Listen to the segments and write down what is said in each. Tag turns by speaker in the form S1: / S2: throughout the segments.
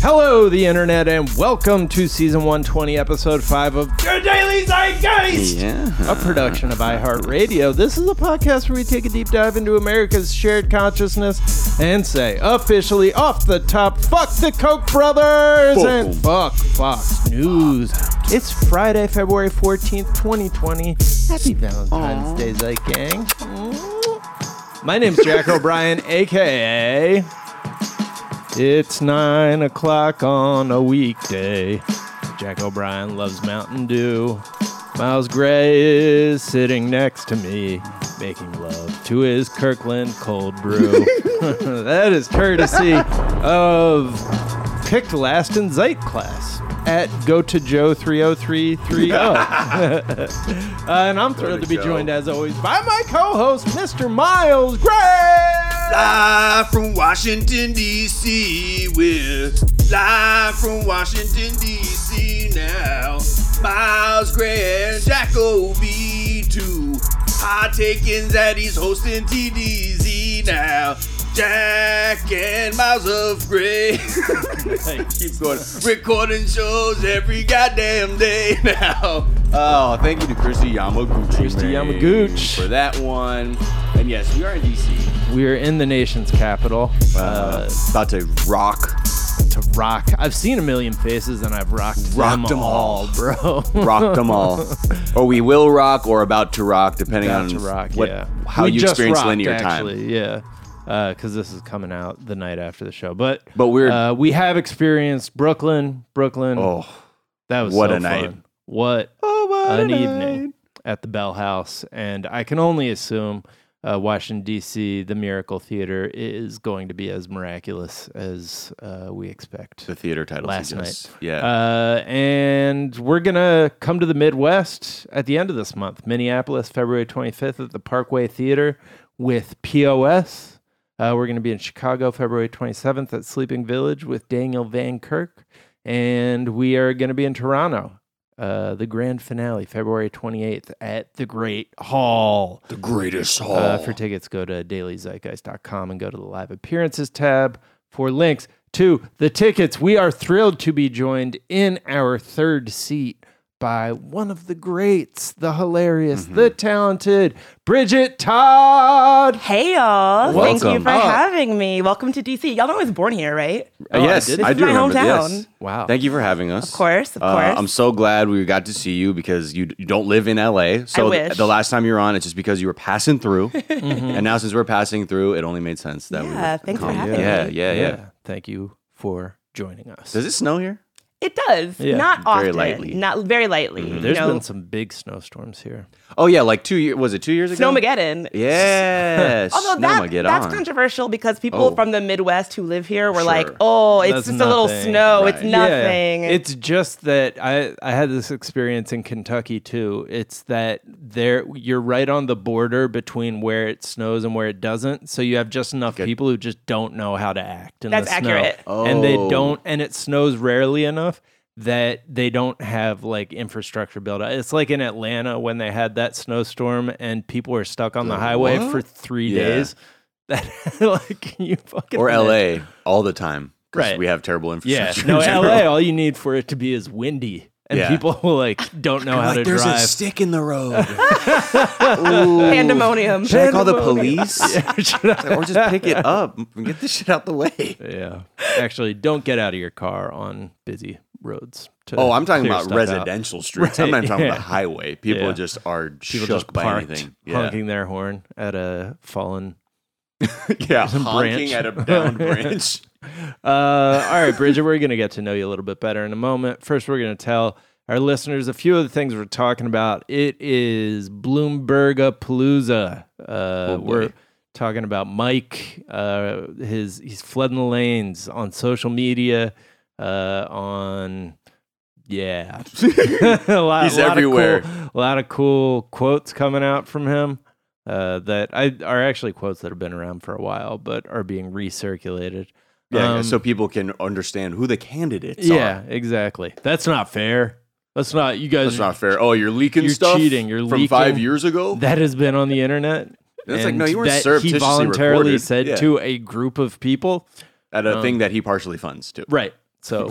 S1: Hello, the internet, and welcome to season 120, episode 5 of Your Daily Zeitgeist,
S2: Yeah.
S1: a production of iHeartRadio. This is a podcast where we take a deep dive into America's shared consciousness and say, officially off the top, fuck the Koch brothers
S2: Fuck
S1: and
S2: 'em.
S1: fuck Fox News. It's Friday, February 14th, 2020. Happy Valentine's Day, Zeitgang. Mm. My name's Jack O'Brien, aka. It's nine o'clock on a weekday. Jack O'Brien loves Mountain Dew. Miles Gray is sitting next to me, making love to his Kirkland cold brew. that is courtesy of picked last in Zeit class at go to Joe 30330. Uh, and I'm thrilled to be
S2: Go.
S1: joined, as always, by my co-host, Mr. Miles Gray.
S2: Live from Washington, D.C. We're live from Washington, D.C. now. Miles Gray and Jack OB2. Hot takings that he's hosting TDZ now. Jack and Miles of Gray. Keep going. Recording shows every goddamn day now. Oh, thank you to Christy Yamaguchi.
S1: Christy
S2: man,
S1: Yamaguchi.
S2: For that one. And yes, we are in D.C.
S1: We are in the nation's capital. Uh,
S2: about to rock,
S1: to rock. I've seen a million faces and I've rocked,
S2: Rocked
S1: them
S2: 'em
S1: all,
S2: all.
S1: bro.
S2: rock them all, or we will rock, or about to rock, depending
S1: Got
S2: on
S1: to rock,
S2: what,
S1: yeah.
S2: how
S1: We
S2: you
S1: just
S2: experience
S1: rocked,
S2: linear time.
S1: actually, time. Yeah, because this is coming out the night after the show. But
S2: But we're-
S1: uh, we have experienced Brooklyn, Brooklyn.
S2: Oh,
S1: that was
S2: what
S1: so
S2: a night.
S1: fun. What
S2: oh what
S1: an evening at the Bell House, and I can only assume uh, Washington D.C. the Miracle Theater is going to be as miraculous as uh, we expect.
S2: The theater title
S1: Last
S2: suggests.
S1: night.
S2: Yeah,
S1: Uh, and we're going to come to the Midwest at the end of this month, Minneapolis, February 25th at the Parkway Theater with POS. Uh, we're going to be in Chicago, February 27th at Sleeping Village with Daniel Van Kirk. And we are going to be in Toronto, uh, the grand finale, February 28th at the Great Hall.
S2: the greatest hall.
S1: Uh, for tickets, go to dailyzeitgeist.com and go to the live appearances tab for links to the tickets. We are thrilled to be joined in our third seat by one of the greats, the hilarious, the
S2: Mm-hmm.
S1: talented Bridget Todd.
S3: Hey y'all! Thank you
S2: Welcome.
S3: for
S1: Oh.
S3: having me. Welcome to DC. Y'all know I was born here, right?
S2: Uh, yes,
S1: did it.
S2: I,
S3: It's
S2: do
S3: my
S2: remember.
S3: hometown.
S2: Yes.
S1: Wow.
S2: Thank you for having us. Of
S3: course, of course.
S2: I'm so glad we got to see you because you, you don't live in LA. So th-
S3: wish.
S2: the last time you were on, it's just because you were passing through, and now since we're passing through, it only made sense that we.
S3: Yeah,
S2: would
S3: thanks for
S2: come.
S3: having
S2: yeah,
S3: me.
S2: Yeah, yeah, yeah.
S1: Thank you for joining us.
S2: Does it snow here?
S3: It does.
S1: Yeah,
S3: Not often.
S2: very lightly. Mm-hmm.
S3: Not very lightly. You
S1: There's
S3: know,
S1: been some big snowstorms here.
S2: Oh yeah, like two years. Was it two years ago?
S3: Snowmageddon.
S2: Yes.
S3: Although that,
S2: Snowmageddon.
S3: that's controversial because people
S2: Oh.
S3: from the Midwest who live here were like,
S2: Sure.
S3: "Oh, it's
S1: That's
S3: just a little
S1: nothing."
S3: snow. It's
S2: Right.
S1: Yeah,
S3: nothing."
S1: It's just that I I had this experience in Kentucky too. It's that there you're right on the border between where it snows and where it doesn't. So you have just enough people who just don't know how to act in
S3: That's
S1: the snow.
S3: accurate.
S1: And they
S2: Oh.
S1: don't and it snows rarely enough that they don't have like infrastructure built out. It's like in Atlanta when they had that snowstorm and people were stuck on the, highway
S2: what?
S1: for 3
S2: Yeah.
S1: days. That like can you fucking
S2: or
S1: imagine?
S2: LA all the time. 'cause
S1: Right.
S2: We have terrible
S1: Yeah,
S2: infrastructure.
S1: no,
S2: in general.
S1: LA. All you need for it to be is windy, and
S2: Yeah.
S1: people like don't know how to
S2: there's
S1: drive.
S2: a stick in the road.
S3: pandemonium.
S2: Should I call the police?
S1: yeah.
S2: or just pick it up and get this shit out the way?
S1: Yeah. actually, don't get out of your car on busy roads. To
S2: Oh, I'm talking
S1: clear
S2: about
S1: stuff out.
S2: residential streets. I'm not even talking about the highway. People
S1: Yeah.
S2: just are
S1: People
S2: shook
S1: just
S2: by
S1: parked,
S2: anything.
S1: honking their horn at a fallen.
S2: yeah, honking
S1: branch.
S2: at a downed branch.
S1: Uh, all right, Bridget, we're gonna get to know you a little bit better in a moment. First, we're gonna tell. Our listeners, a few of the things we're talking about. It is Bloombergapalooza. Uh,
S2: boy.
S1: we're talking about Mike. Uh, his he's flooding the lanes on social media, uh, on yeah, a lot,
S2: He's
S1: a lot
S2: everywhere.
S1: Of cool, a lot of cool quotes coming out from him uh, that I are actually quotes that have been around for a while, but are being recirculated.
S2: Yeah,
S1: Um,
S2: so people can understand who the candidates
S1: yeah,
S2: are.
S1: exactly. That's not fair. That's not you guys.
S2: That's not fair. Oh, you're leaking
S1: You're
S2: stuff
S1: cheating. You're
S2: from
S1: leaking.
S2: five years ago?
S1: that has been on the internet.
S2: That's like,
S1: and
S2: no, you weren't
S1: that He
S2: surreptitiously
S1: voluntarily
S2: recorded.
S1: said
S2: Yeah.
S1: to a group of people,
S2: at a thing that he partially funds too.
S1: right? So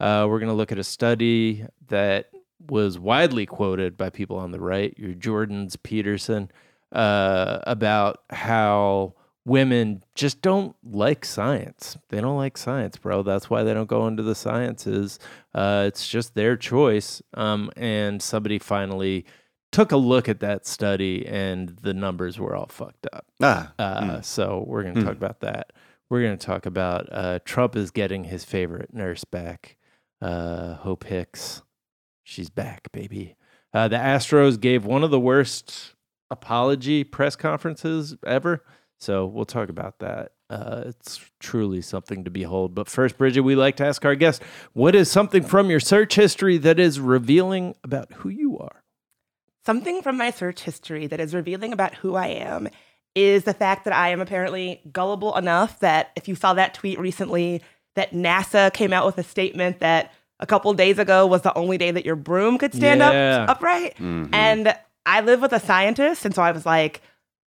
S1: uh, we're going to look at a study that was widely quoted by people on the right, your Jordans, Peterson, uh, about how women just don't like science. They don't like science, bro. That's why they don't go into the sciences. Uh, it's just their choice. Um, and somebody finally took a look at that study, and the numbers were all fucked up.
S2: Ah,
S1: Uh, So we're going to talk about that. We're going to talk about uh, Trump is getting his favorite nurse back, uh, Hope Hicks. She's back, baby. Uh, the Astros gave one of the worst apology press conferences ever. So we'll talk about that. Uh, it's truly something to behold. But first, Bridget, we like to ask our guests what is something from your search history that is revealing about who you are?
S3: Something from my search history that is revealing about who I am is the fact that I am apparently gullible enough that if you saw that tweet recently, that NASA came out with a statement that a couple days ago was the only day that your broom could stand
S1: Yeah.
S3: up upright. And I live with a scientist, and so I was like,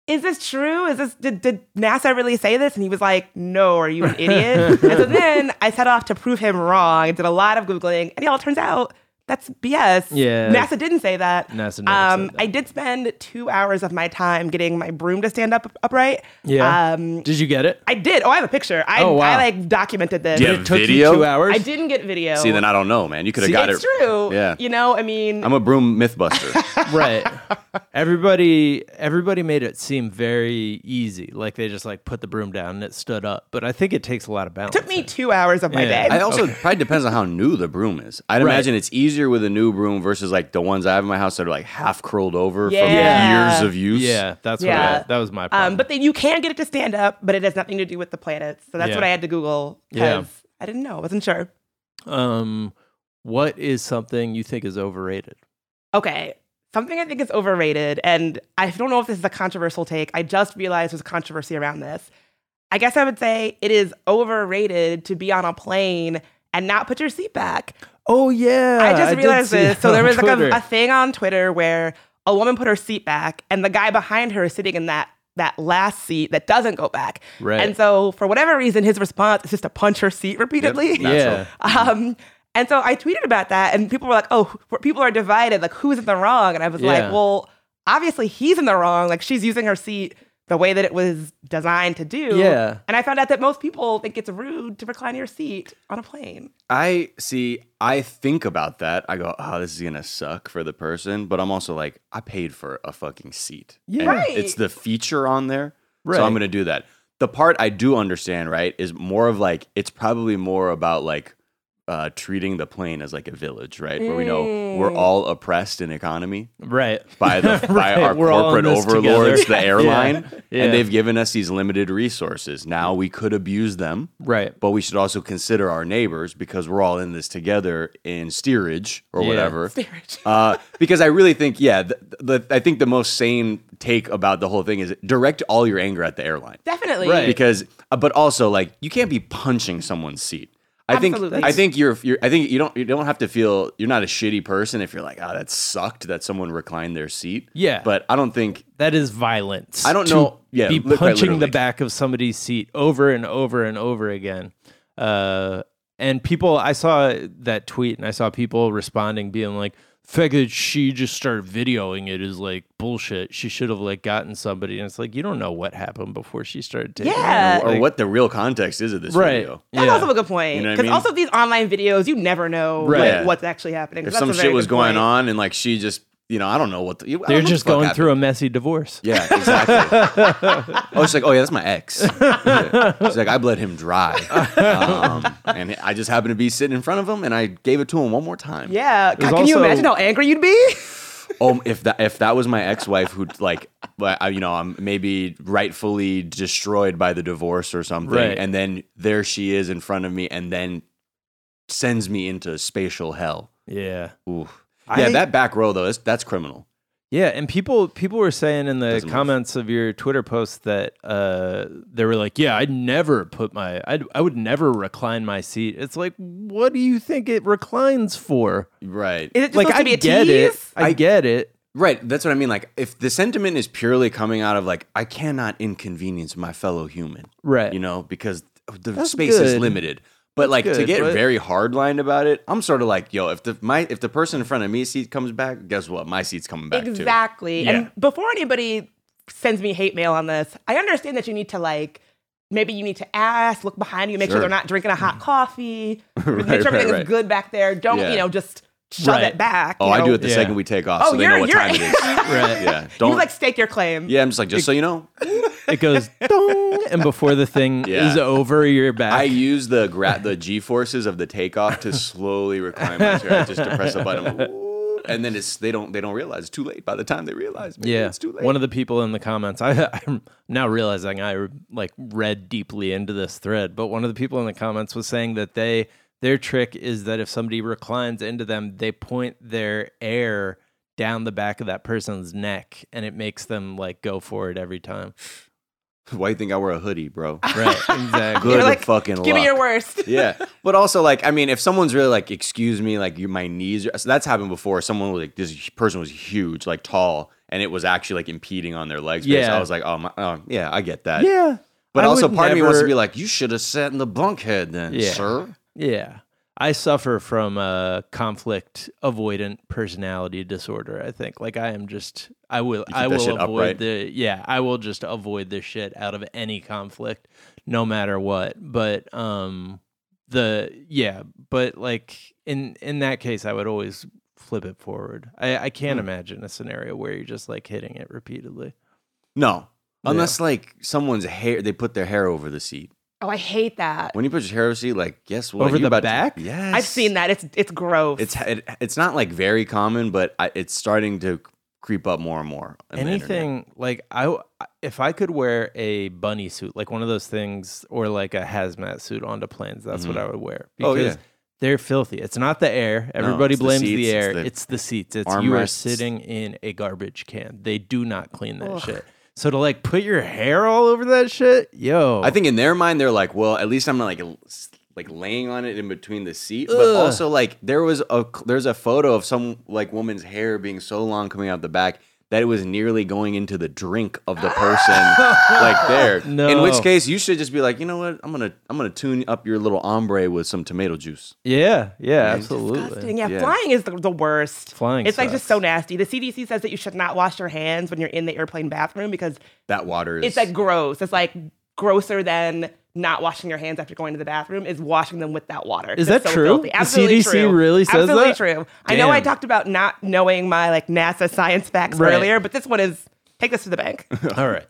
S3: is this true? Is this did, did NASA really say this? And he was like, No, are you an idiot? and so then I set off to prove him wrong. I did a lot of googling, and it all turns out that's BS.
S1: Yeah.
S3: NASA didn't say that.
S1: NASA never
S3: Um,
S1: said that.
S3: I did spend two hours of my time getting my broom to stand up upright.
S1: Yeah.
S3: Um,
S1: Did you get it?
S3: I did. Oh, I have a picture. I,
S1: Oh, wow.
S3: I like documented this.
S2: Yeah.
S1: it took
S2: Video?
S1: you two hours?
S3: I didn't get video.
S2: see, then I don't know, man. You could have got
S3: it's
S2: it.
S3: true.
S2: Yeah.
S3: You know, I mean,
S2: I'm a broom mythbuster.
S1: right everybody everybody made it seem very easy like they just like put the broom down and it stood up but i think it takes a lot of balance
S3: it took me two hours of my
S1: Yeah.
S3: day.
S2: I also probably depends on how new the broom is. I'd
S1: Right.
S2: imagine it's easier with a new broom versus like the ones I have in my house that are like half curled over
S3: Yeah.
S2: from years of use.
S1: yeah that's what
S3: Yeah.
S1: I, that was my problem
S3: Um, but then you can get it to stand up, but it has nothing to do with the planets. So that's
S1: Yeah.
S3: what I had to Google
S1: Yeah.
S3: because I didn't know. I wasn't sure.
S1: um what is something you think is overrated
S3: Okay. Something I think is overrated, and I don't know if this is a controversial take. I just realized there's controversy around this. I guess I would say it is overrated to be on a plane and not put your seat back.
S1: oh yeah
S3: I just realized this. So there was like a, a
S1: I
S3: thing on Twitter where a woman put her seat back, and the guy behind her is sitting in that that last seat that doesn't go back.
S1: Right.
S3: And so for whatever reason, his response is just to punch her seat repeatedly.
S1: yeah
S3: Um, and so I tweeted about that, and people were like, "Oh, wh- people are divided. Like, who's in the wrong?" And I was
S1: Yeah.
S3: like, "Well, obviously he's in the wrong. Like, she's using her seat the way that it was designed to do."
S1: Yeah.
S3: And I found out that most people think it's rude to recline your seat on a plane.
S2: I see. I think about that. I go, oh, this is gonna suck for the person, but I'm also like, I paid for a fucking seat.
S1: Yeah.
S2: And
S3: Right.
S2: It's the feature on there,
S1: Right.
S2: so I'm gonna do that. The part I do understand, right, is more of like it's probably more about like uh, treating the plane as like a village, right, where we know we're
S1: Mm.
S2: all oppressed in economy
S1: right
S2: by the by
S1: Right,
S2: our
S1: we're all in
S2: corporate
S1: this
S2: overlords,
S1: together.
S2: the airline,
S1: Yeah.
S2: and they've given us these limited resources. Now we could abuse them,
S1: right
S2: but we should also consider our neighbors because we're all in this together in steerage or
S1: Yeah.
S2: whatever. Uh, because I really think, yeah, the, the, I think the most sane take about the whole thing is direct all your anger at the airline
S3: Definitely.
S1: Right.
S2: because, uh, but also like you can't be punching someone's seat. I
S3: Absolutely.
S2: think I think you're, you're I think you don't you don't have to feel you're not a shitty person if you're like ah that sucked that someone reclined their seat
S1: Yeah.
S2: but I don't think
S1: that is violence
S2: I don't
S1: to
S2: know- yeah,
S1: be
S2: li- quite
S1: punching the
S2: literally.
S1: back of somebody's seat over and over and over again uh, and people i saw that tweet and i saw people responding being like the fact that she just started videoing it is like bullshit she should have like gotten somebody and it's like you don't know what happened before she started taking
S3: Yeah.
S1: it
S2: or
S1: Like-
S2: what the real context is of this
S1: right
S2: video
S3: That's
S1: yeah.
S3: also a good point.
S2: You know what I
S3: Because
S2: mean?
S3: also these online videos, you never know like,
S2: Right.
S3: what's actually happening.
S2: if
S3: That's
S2: some
S3: a very
S2: shit was
S3: good
S2: going
S3: point.
S2: on and like she just you know I don't know what the, you- I don't know
S1: they're
S2: what the
S1: just
S2: fuck
S1: going
S2: happened.
S1: through a messy divorce
S2: Yeah, exactly. oh, she's like, oh yeah, that's my ex. Yeah. She's like, I bled him dry, um, and I just happened to be sitting in front of him, and I gave it to him one more time.
S3: Yeah. God,
S1: There's
S3: can you
S1: also-
S3: imagine how angry you'd be?
S2: Oh, if that if that was my ex wife who like, but I, you know, I'm maybe rightfully destroyed by the divorce or something,
S1: Right.
S2: and then there she is in front of me, and then sends me into spatial hell.
S1: yeah
S2: Ooh.
S1: I
S2: Yeah,
S1: think-
S2: that back row though, that's, that's criminal.
S1: Yeah, and people people were saying in the
S2: Doesn't move.
S1: comments of your Twitter post that uh, they were like, "Yeah, I'd never put my I'd, I would never recline my seat." It's like, what do you think it reclines for?
S2: Right.
S3: Is it just
S1: like,
S3: supposed
S1: I
S3: to be a
S1: get it,
S3: tease?
S1: I,
S2: I-
S1: get it.
S2: Right, that's what I mean. Like, if the sentiment is purely coming out of like, I cannot inconvenience my fellow human,
S1: Right.
S3: Eh,
S2: You know, because the
S1: That's
S2: space is
S1: good.
S2: limited. But like to
S1: good,
S2: get
S1: but-
S2: very hardline about it, I'm sort of like, yo, if the my if the person in front of me seat comes back, guess what? My seat's coming back too.
S3: Exactly.
S2: Yeah.
S3: And before anybody sends me hate mail on this, I understand that you need to like maybe you need to ask, look behind you, make sure,
S2: Sure. Mm.
S3: they're not drinking a hot coffee,
S2: Right,
S3: make sure everything
S2: right,
S3: is
S2: right.
S3: good back there. Don't
S2: Yeah.
S3: you know just shove
S1: Right.
S3: it back.
S2: Oh,
S3: you
S2: I do
S3: know?
S2: it the
S1: Yeah.
S2: second we take off,
S3: Oh,
S2: so they
S3: you're-
S2: know what
S3: you're-
S2: time it is.
S1: Right.
S2: Yeah,
S3: You
S2: don't.
S3: like stake your claim.
S2: yeah, I'm just like, just so you know,
S1: It goes dong, and before the thing
S2: Yeah.
S1: is over, you're back.
S2: I use the gra- the G forces of the takeoff to slowly recline my chair. I just depress a button, whoop, and then it's they don't they don't realize it's too late. By the time they realize, maybe
S1: yeah,
S2: it's too late.
S1: one of the people in the comments. I, I'm now realizing I like read deeply into this thread, but one of the people in the comments was saying that they their trick is that if somebody reclines into them, they point their air down the back of that person's neck, and it makes them like go for it every time.
S2: Why do you think I wear a hoodie, bro?
S1: Right, exactly.
S2: Good
S3: You're like,
S2: fucking
S3: Give
S2: luck.
S3: me your worst.
S2: yeah, but also like I mean, if someone's really like, excuse me, like you, my knees. Are, so that's happened before. Someone was like this person was huge, like tall, and it was actually like impeding on their legs.
S1: Yeah.
S2: I was like, oh my, oh, yeah, I get that.
S1: yeah,
S2: but
S1: I
S2: also
S1: would
S2: part of me wants to
S1: never-
S2: be like, you should have sat in the bunkhead then,
S1: Yeah.
S2: sir.
S1: Yeah. I suffer from a conflict avoidant personality disorder, I think. Like I am just I will
S2: keep
S1: I
S2: that
S1: will
S2: shit
S1: avoid
S2: upright?
S1: the yeah, I will just avoid the shit out of any conflict no matter what. But um the yeah, but like in in that case I would always flip it forward. I I
S2: Hmm.
S1: can't imagine a scenario where you're just like hitting it repeatedly.
S2: No. Unless like someone's hair, they put their hair over the seat.
S3: Oh, I hate that.
S2: When you put your hair over the seat, like guess what?
S1: Over
S2: You
S1: the
S2: about to-
S1: back?
S2: yes,
S3: I've seen that. It's it's gross.
S2: It's it, it's not like very common, but I, it's starting to creep up more and more. on the internet.
S1: anything like I w- if I could wear a bunny suit, like one of those things, or like a hazmat suit onto planes, that's what I would wear.
S2: Oh, yeah.
S1: they're filthy. It's not the air. Everybody
S2: it's the
S1: blames the,
S2: seats, it's
S1: air.
S2: the
S1: It's the, seats. It's you are
S2: armrests.
S1: sitting in a garbage can. They do not clean that shit. So to like put your hair all over that shit, yo,
S2: I think in their mind they're like, well, at least I'm not like l- s- like laying on it in between the seat, but also like there was a c- there's a photo of some like woman's hair being so long coming out the back that it was nearly going into the drink of the person like there. In which
S1: No.
S2: case you should just be like, you know what? I'm going to I'm going to tune up your little ombre with some tomato juice.
S1: yeah, yeah, absolutely.
S3: disgusting. Yeah,
S2: Yeah.
S3: flying is the, the worst.
S1: Flying
S3: It's like just
S1: sucks.
S3: so nasty. The CDC says that you should not wash your hands when you're in the airplane bathroom because
S2: That water is
S3: it's like gross. It's like grosser than not washing your hands after going to the bathroom is washing them with that water.
S1: Is
S3: It's
S1: that
S3: so
S1: true?
S3: filthy.
S1: The
S3: Absolutely
S1: CDC
S3: true.
S1: really says
S3: Absolutely
S1: that?
S3: true. I know I
S1: Damn.
S3: talked about not knowing my like NASA science facts
S1: Right.
S3: earlier, but this one is take this to the bank.
S1: All right,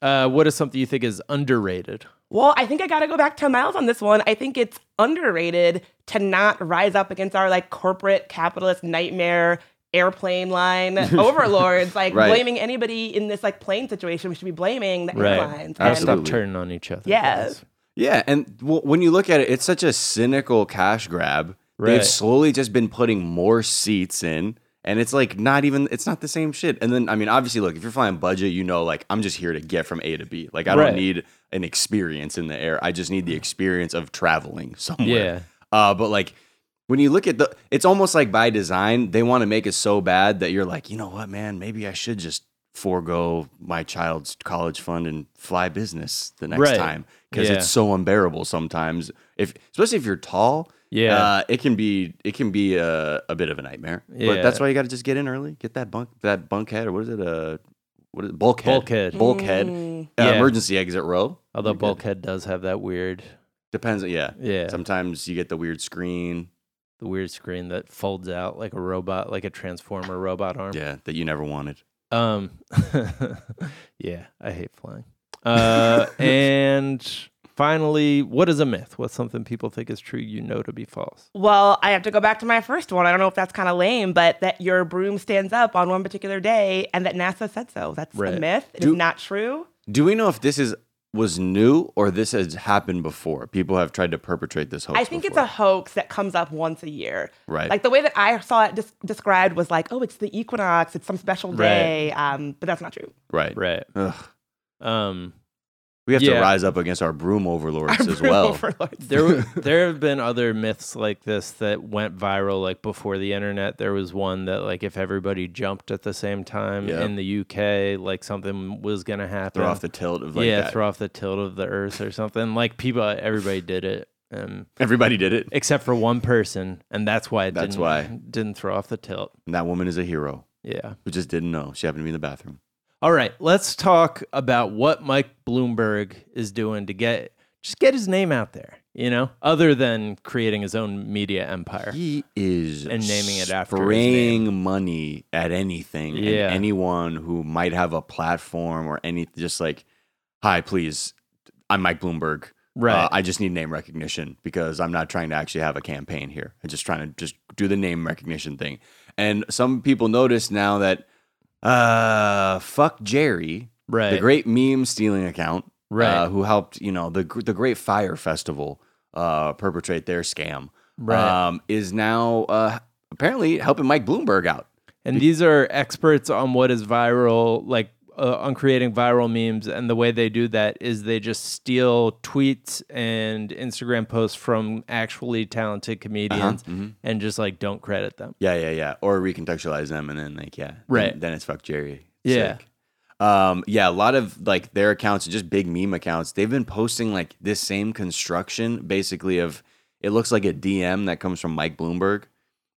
S1: uh, what is something you think is underrated?
S3: Well, I think I got to go back 10 miles on this one. I think it's underrated to not rise up against our like corporate capitalist nightmare airplane line overlords. Like
S2: Right.
S3: blaming anybody in this like plane situation, we should be blaming the airlines.
S1: Gotta stop
S2: Absolutely.
S1: turning on each other.
S3: Yeah.
S1: guys.
S2: Yeah, and w- when you look at it, it's such a cynical cash grab. They've
S1: Right.
S2: slowly just been putting more seats in, and it's like not even it's not the same shit. And then I mean, obviously, look, if you're flying budget, you know, like I'm just here to get from A to B. Like I
S1: Right. Mm.
S2: don't need an experience in the air. I just need the experience of traveling somewhere.
S1: Yeah.
S2: Uh, but like when you look at the, it's almost like by design they want to make it so bad that you're like, you know what, man, maybe I should just forego my child's college fund and fly business the next
S1: Right.
S2: time because
S1: Yeah.
S2: it's so unbearable sometimes. If especially if you're tall,
S1: Yeah.
S2: uh, it can be it can be a, a bit of a nightmare. But that's
S1: Yeah.
S2: why you got to just get in early, get that bunk that bunkhead or what is it uh, what is it? bulkhead
S1: Bulkhead.
S2: bulkhead uh,
S3: Mm.
S1: Yeah.
S2: emergency exit row.
S1: Although bulkhead does have that weird,
S2: Depends, yeah.
S1: yeah,
S2: Sometimes you get the weird screen.
S1: the weird screen that folds out like a robot, like a transformer robot arm.
S2: Yeah, that you never wanted.
S1: Um, yeah, I hate flying. Uh, and finally, what is a myth? What's something people think is true you know to be false?
S3: Well, I have to go back to my first one. I don't know if that's kind of lame, but that your broom stands up on one particular day and that NASA said so. That's
S1: Right.
S3: a myth. It's
S2: Do-
S3: not true.
S2: Do we know if this is was new or this has happened before? People have tried to perpetrate this hoax.
S3: I think it's
S2: before.
S3: a hoax that comes up once a year.
S2: Right.
S3: Like the way that I saw it dis- described was like, oh, it's the equinox, it's some special
S1: Right.
S3: day. Um, but that's not true.
S2: right.
S1: Right.
S2: Ugh.
S1: Um,
S2: We have
S1: Yeah.
S2: to rise up against our broom overlords as
S3: Broom
S2: well.
S3: overlords.
S1: there w- there have been other myths like this that went viral like before the internet there was one that like if everybody jumped at the same time
S2: Yep.
S1: in the UK like something was going to happen
S2: throw off the tilt of like
S1: yeah
S2: that.
S1: throw off the tilt of the earth or something like people everybody did it um,
S2: Everybody did it.
S1: except for one person, and that's why it
S2: That's
S1: didn't,
S2: why.
S1: didn't throw off the tilt.
S2: And that woman is a hero
S1: Yeah.
S2: who just didn't know. She happened to be in the bathroom.
S1: All right, let's talk about what Mike Bloomberg is doing to get just get his name out there. You know, other than creating his own media empire.
S2: He is
S1: And naming it after his
S2: spraying money at anything and
S1: Yeah.
S2: anyone who might have a platform or any just like, hi, please, I'm Mike Bloomberg.
S1: Right.
S2: Uh, I just need name recognition because I'm not trying to actually have a campaign here. I'm just trying to just do the name recognition thing. And some people notice now that uh fuck Jerry,
S1: Right.
S2: the great meme stealing account,
S1: Right.
S2: uh, who helped you know the gr- the Great Fire Festival uh, perpetrate their scam,
S1: Right.
S2: um, is now uh, apparently helping Mike Bloomberg out.
S1: And these are experts on what is viral, like uh, on creating viral memes. And the way they do that is they just steal tweets and Instagram posts from actually talented comedians and just like don't credit them.
S2: Yeah, yeah, yeah. Or recontextualize them, and then like yeah,
S1: Right.
S2: Then, then it's fuck Jerry.
S1: Yeah.
S2: Sick. Um, yeah, a lot of like their accounts, just big meme accounts, they've been posting like this same construction basically of it looks like a DM that comes from Mike Bloomberg.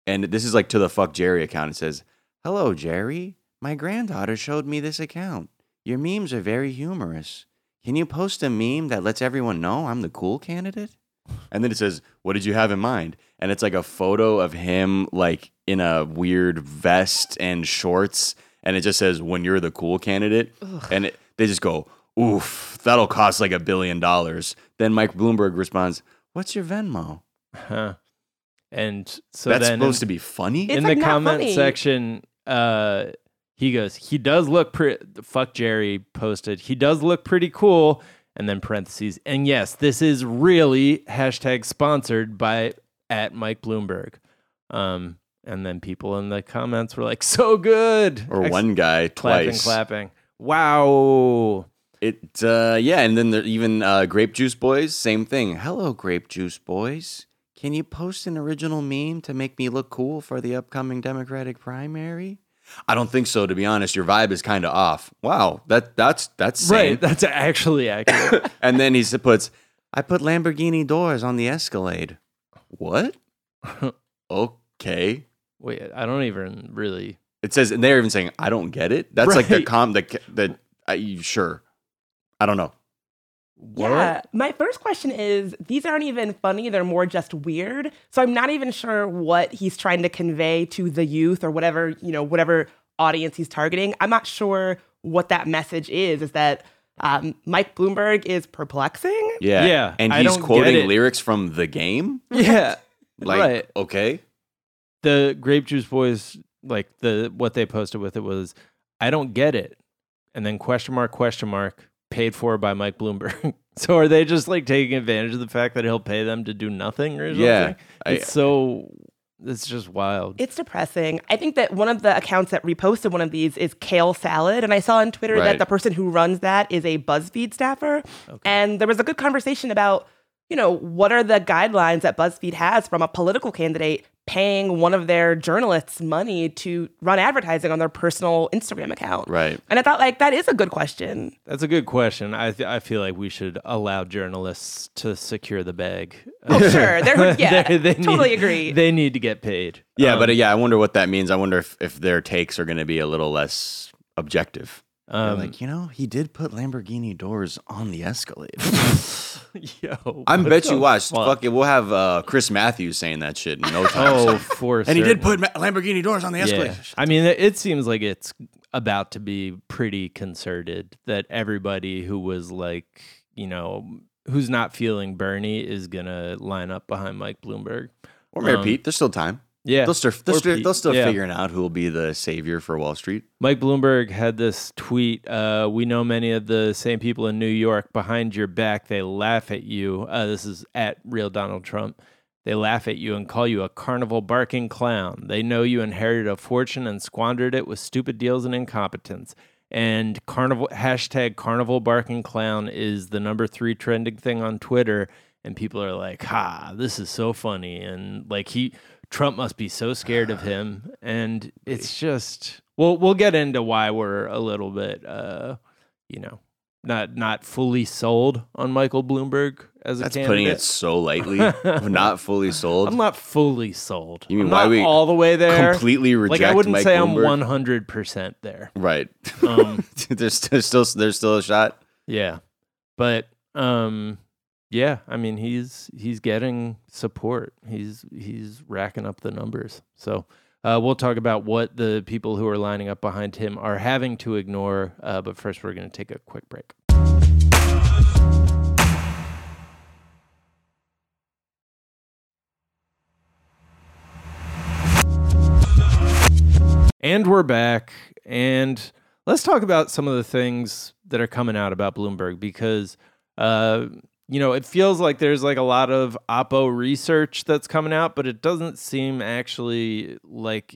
S2: And this is like to the fuck Jerry account. It says, Hello, Jerry. My granddaughter showed me this account. Your memes are very humorous. Can you post a meme that lets everyone know I'm the cool candidate? And then it says, What did you have in mind? And it's like a photo of him, like in a weird vest and shorts. And it just says, When you're the cool candidate. And it, they just go, Oof, that'll cost like a billion dollars. Then Mike Bloomberg responds, What's your Venmo?
S1: Huh. And so
S2: That's
S1: then
S2: supposed
S1: in,
S2: to be funny.
S3: It's
S1: in
S3: like
S1: the
S3: not
S1: comment
S3: funny.
S1: section, uh, he goes, he does look pretty, fuck Jerry posted, he does look pretty cool. And then parentheses, and yes, this is really hashtag sponsored by at Mike Bloomberg. Um, and then people in the comments were like, so good.
S2: or
S1: Ex-
S2: one guy
S1: clapping,
S2: twice.
S1: clapping. Wow.
S2: It uh, yeah, and then there, even uh, grape juice boys, same thing. Hello, grape juice boys. Can you post an original meme to make me look cool for the upcoming Democratic primary? I don't think so, to be honest. Your vibe is kind of off. Wow, that that's that's sane.
S1: Right. That's actually accurate.
S2: and then he s- puts, I put Lamborghini doors on the Escalade. What? okay.
S1: Wait, I don't even really.
S2: It says, and they're even saying, I don't get it. That's like the
S1: Right.
S2: com the the I, sure. I don't know.
S3: Yeah. My first question is these aren't even funny, they're more just weird. So I'm not even sure what he's trying to convey to the youth or whatever, you know, whatever audience he's targeting. I'm not sure what that message is. Is that um, Mike Bloomberg is perplexing?
S2: Yeah.
S1: Yeah,
S2: And
S1: I
S2: he's
S1: don't get
S2: quoting
S1: it.
S2: lyrics from the game.
S1: Yeah.
S2: Like,
S1: Right.
S2: okay.
S1: the grape juice boys like the what they posted with it was i don't get it and then question mark question mark paid for by mike bloomberg so are they just like taking advantage of the fact that he'll pay them to do nothing or something
S2: Yeah, I-
S1: it's so it's just wild
S3: It's depressing. I think that one of the accounts that reposted one of these is Kale Salad. And I saw on Twitter
S2: Right.
S3: that the person who runs that is a BuzzFeed staffer. And there was a good conversation about, you know, what are the guidelines that BuzzFeed has from a political candidate paying one of their journalists money to run advertising on their personal Instagram account?
S2: Right.
S3: And I thought, like, that is a good question.
S1: that's a good question i th- i feel like we should allow journalists to secure the bag
S3: Oh, sure. They're, yeah,
S1: They- they
S3: totally
S1: need-
S3: agree.
S1: they need to get paid
S2: Yeah, but uh, yeah, I wonder what that means. I wonder if, if their takes are going to be a little less objective. They're
S1: um,
S2: like, you know, he did put Lamborghini doors on the Escalade.
S1: yo
S2: I
S1: what
S2: bet you
S1: the
S2: watched.
S1: fuck?
S2: Fuck it, we'll have uh, Chris Matthews saying that shit in no time.
S1: oh for
S2: and he
S1: certain.
S2: did put Ma- Lamborghini doors on the Escalade.
S1: Yeah. I mean, it- it seems like it's about to be pretty concerted that everybody who was like, you know, who's not feeling Bernie is going to line up behind Mike Bloomberg.
S2: Or Mayor
S1: Um,
S2: Pete, there's still time.
S1: Yeah.
S2: They'll, still they'll,
S1: Or
S2: still-
S1: Pete.
S2: they'll still
S1: Yeah.
S2: figuring out who will be the savior for Wall Street.
S1: Mike Bloomberg had this tweet. Uh, we know many of the same people in New York behind your back. They laugh at you. Uh, this is at real Donald Trump. They laugh at you and call you a carnival barking clown. They know you inherited a fortune and squandered it with stupid deals and incompetence. And carnival hashtag carnival barking clown is the number three trending thing on Twitter. And people are like, "Ha, this is so funny!" And like he Trump must be so scared of him. And it's just we'll we'll get into why we're a little bit uh you know not not fully sold on Michael Bloomberg as a
S2: That's
S1: candidate.
S2: putting it so lightly. not fully sold.
S1: I'm not fully sold.
S2: You mean
S1: I'm
S2: why
S1: not
S2: we
S1: all the way there?
S2: completely reject
S1: Like I wouldn't
S2: Mike
S1: say
S2: Bloomberg?
S1: I'm 100 percent there.
S2: Right.
S1: Um,
S2: there's, there's still there's still a shot.
S1: yeah, but um, yeah. I mean, he's he's getting support. He's he's racking up the numbers. So uh, we'll talk about what the people who are lining up behind him are having to ignore. Uh, but first, we're going to take a quick break. And we're back. And let's talk about some of the things that are coming out about Bloomberg because, uh, you know, it feels like there's like a lot of Oppo research that's coming out, but it doesn't seem actually like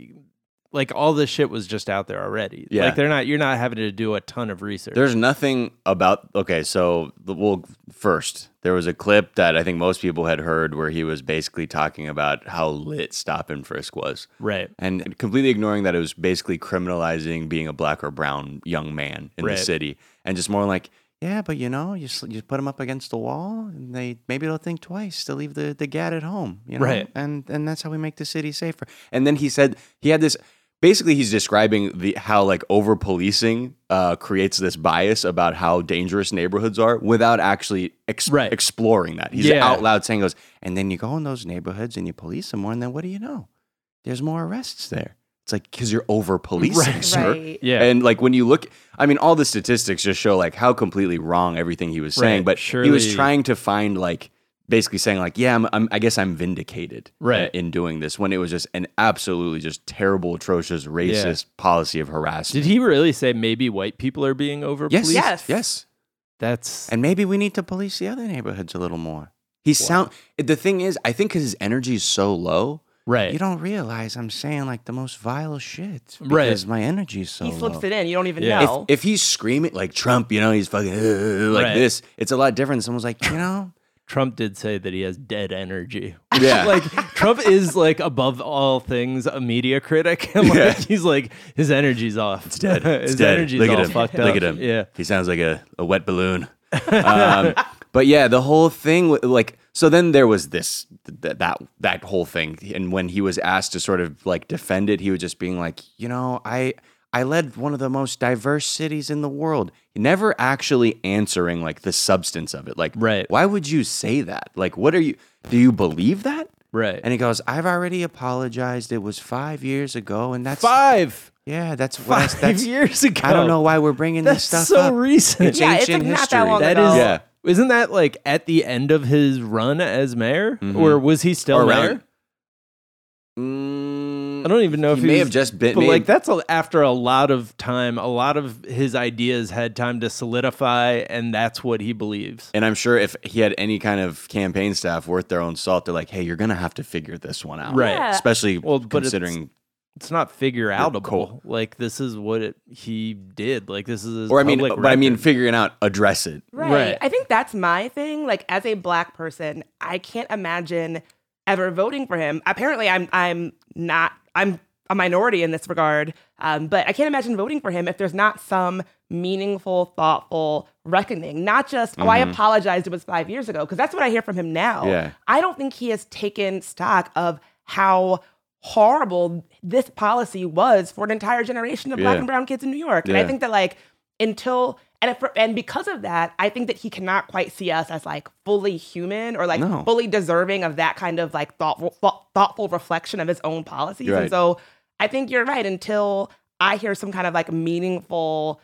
S1: like all this shit was just out there already.
S2: Yeah.
S1: Like they're not you're not having to do a ton of research.
S2: There's nothing about okay, so the- well first, there was a clip that I think most people had heard where he was basically talking about how lit stop and frisk was.
S1: right.
S2: And completely ignoring that it was basically criminalizing being a black or brown young man in
S1: Right.
S2: the city and just more like yeah, but you know, you s- you put them up against the wall, and they maybe they'll think twice to leave the the gat at home, you know?
S1: Right.
S2: And and that's how we make the city safer. And then he said he had this. Basically, he's describing the how like over policing uh, creates this bias about how dangerous neighborhoods are without actually ex-
S1: Right.
S2: exploring that. He's
S1: Yeah.
S2: out loud saying, "Goes," and then you go in those neighborhoods and you police them more, and then what do you know? There's more arrests there. It's like because you're over policing,
S1: Right.
S2: sir.
S3: Right.
S1: Yeah.
S2: And like when you look, I mean, all the statistics just show like how completely wrong everything he was saying.
S1: Right.
S2: But he was
S1: Surely-
S2: trying to find like basically saying like, yeah, I'm, I'm I guess I'm vindicated uh,
S1: Right.
S2: in doing this when it was just an absolutely just terrible, atrocious, racist policy of harassment.
S1: Did he really say maybe white people are being over
S2: yes,
S1: policed?
S3: Yes.
S2: yes.
S1: That's
S2: And maybe we need to police the other neighborhoods a little more. He sound the thing is, I think 'cause his energy is so low.
S1: right.
S2: You don't realize I'm saying like the most vile shit
S1: Right.
S2: because my energy is so
S3: He
S2: low.
S3: slips it in. You don't even
S1: Yeah.
S3: know.
S2: If, if he's screaming like Trump, you know, he's fucking "Uh," like
S1: Right.
S2: this, it's a lot different. than Someone's like, you know,
S1: Trump did say that he has dead energy.
S2: Yeah.
S1: like Trump is like above all things a media critic. And like
S2: Yeah.
S1: he's like his energy's off. It's
S2: dead.
S1: His
S2: It's dead.
S1: energy's
S2: Look
S1: all
S2: at him.
S1: fucked up.
S2: Look at him.
S1: Yeah.
S2: He sounds like a, a wet balloon. Um, but yeah, the whole thing, wa- like, so then there was this, th- that, that whole thing. And when he was asked to sort of like defend it, he was just being like, you know, I, I led one of the most diverse cities in the world. Never actually answering like the substance of it. Like,
S1: Right.
S2: why would you say that? Like, what are you, do you believe that?
S1: Right.
S2: And he goes, I've already apologized. It was five years ago. And that's,
S1: five
S2: yeah, that's what I-
S1: five
S2: that's,
S1: years ago.
S2: I don't know why we're bringing
S1: That's
S2: this stuff
S1: so
S2: up.
S1: recent.
S2: It's
S3: Yeah, it's,
S2: ancient
S3: like, not that
S2: history.
S3: long
S1: That
S3: ago.
S1: is
S2: Yeah.
S1: Isn't that like at the end of his run as mayor? Or was he still
S2: Mm-hmm. Or around-
S1: mayor? I don't even know
S2: Mm,
S1: if
S2: He
S1: he
S2: may
S1: was-
S2: have just been-
S1: But
S2: may
S1: like
S2: have-
S1: that's a, after a lot of time. A lot of his ideas had time to solidify, and that's what he believes.
S2: and I'm sure if he had any kind of campaign staff worth their own salt, they're like, "Hey, you're gonna have to figure this one out."
S1: Right.
S3: Yeah.
S2: Especially
S1: Well, but it's-
S2: considering,
S1: It's not figure outable.
S2: cool.
S1: Like this is what it, he did. Like this is his
S2: or I mean,
S1: public
S2: but I mean,
S1: record.
S2: figuring out, address it.
S3: Right.
S1: Right.
S3: I think that's my thing. Like as a black person, I can't imagine ever voting for him. Apparently, I'm I'm not I'm a minority in this regard, um, but I can't imagine voting for him if there's not some meaningful, thoughtful reckoning. Not just oh, I apologized. It was five years ago because that's what I hear from him now.
S1: Oh.
S2: Yeah.
S3: I don't think he has taken stock of how horrible this policy was for an entire generation of black
S2: Yeah.
S3: and brown kids in New York. And I
S2: Yeah.
S3: think that like until and if, and because of that, I think that he cannot quite see us as like fully human or like
S2: No.
S3: fully deserving of that kind of like thoughtful thou- thoughtful reflection of his own policies.
S2: Right.
S3: And so I think you're right. Until I hear some kind of like meaningful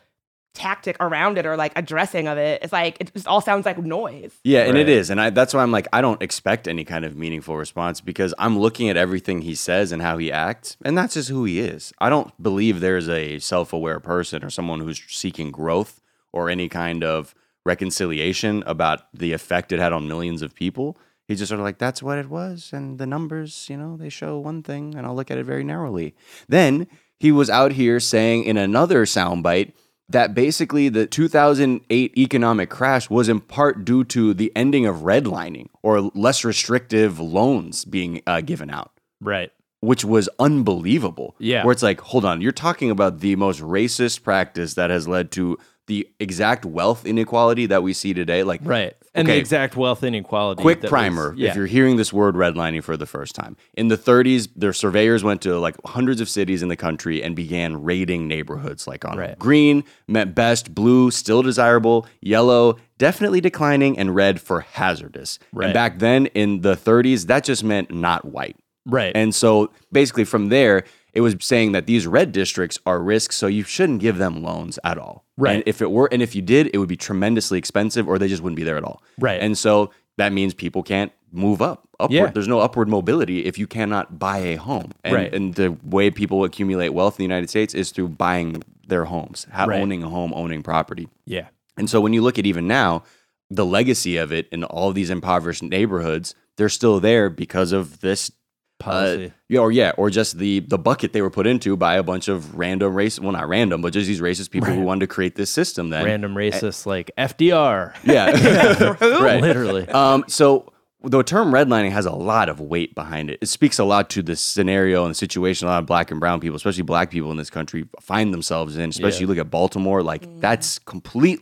S3: tactic around it or like addressing of it, it's like it just all sounds like noise.
S2: Yeah, and
S1: Right.
S2: it is, and I, that's why I'm like, I don't expect any kind of meaningful response because I'm looking at everything he says and how he acts, and that's just who he is. I don't believe there's a self-aware person or someone who's seeking growth or any kind of reconciliation about the effect it had on millions of people. He's just sort of like, that's what it was, and the numbers, you know, they show one thing, and I'll look at it very narrowly. Then he was out here saying in another soundbite that basically the 2008 economic crash was in part due to the ending of redlining or less restrictive loans being uh, given out,
S1: right.
S2: which was unbelievable.
S1: Yeah.
S2: Where it's like, hold on, you're talking about the most racist practice that has led to the exact wealth inequality that we see today. Like,
S1: Right. And the
S2: Okay.
S1: exact wealth inequality.
S2: quick
S1: that was-
S2: primer
S1: yeah.
S2: if you're hearing this word redlining for the first time in the 30s their surveyors went to like hundreds of cities in the country and began rating neighborhoods like on
S1: Right.
S2: green meant best blue still desirable yellow definitely declining and red for hazardous
S1: Right.
S2: and back then in the 30s that just meant not white
S1: right.
S2: and so basically from there, it was saying that these red districts are risks, so you shouldn't give them loans at all.
S1: Right.
S2: And if it were and if you did, it would be tremendously expensive or they just wouldn't be there at all.
S1: Right.
S2: And so that means people can't move up upward.
S1: Yeah.
S2: There's no upward mobility if you cannot buy a home. And,
S1: Right.
S2: and the way people accumulate wealth in the United States is through buying their homes, ha-
S1: Right.
S2: owning a home, owning property.
S1: yeah.
S2: And so when you look at even now, the legacy of it in all these impoverished neighborhoods, they're still there because of this
S1: Policy.
S2: Uh, yeah, or yeah, or just the the bucket they were put into by a bunch of random race. Well, not random, but just these racist people who wanted to create this system. Then
S1: Random racists like FDR.
S2: yeah, right.
S1: Literally.
S2: Um, so the term redlining has a lot of weight behind it. It speaks a lot to the scenario and the situation a lot of black and brown people, especially black people in this country, find themselves in. Especially
S1: Yeah.
S2: you look at Baltimore, like that's complete.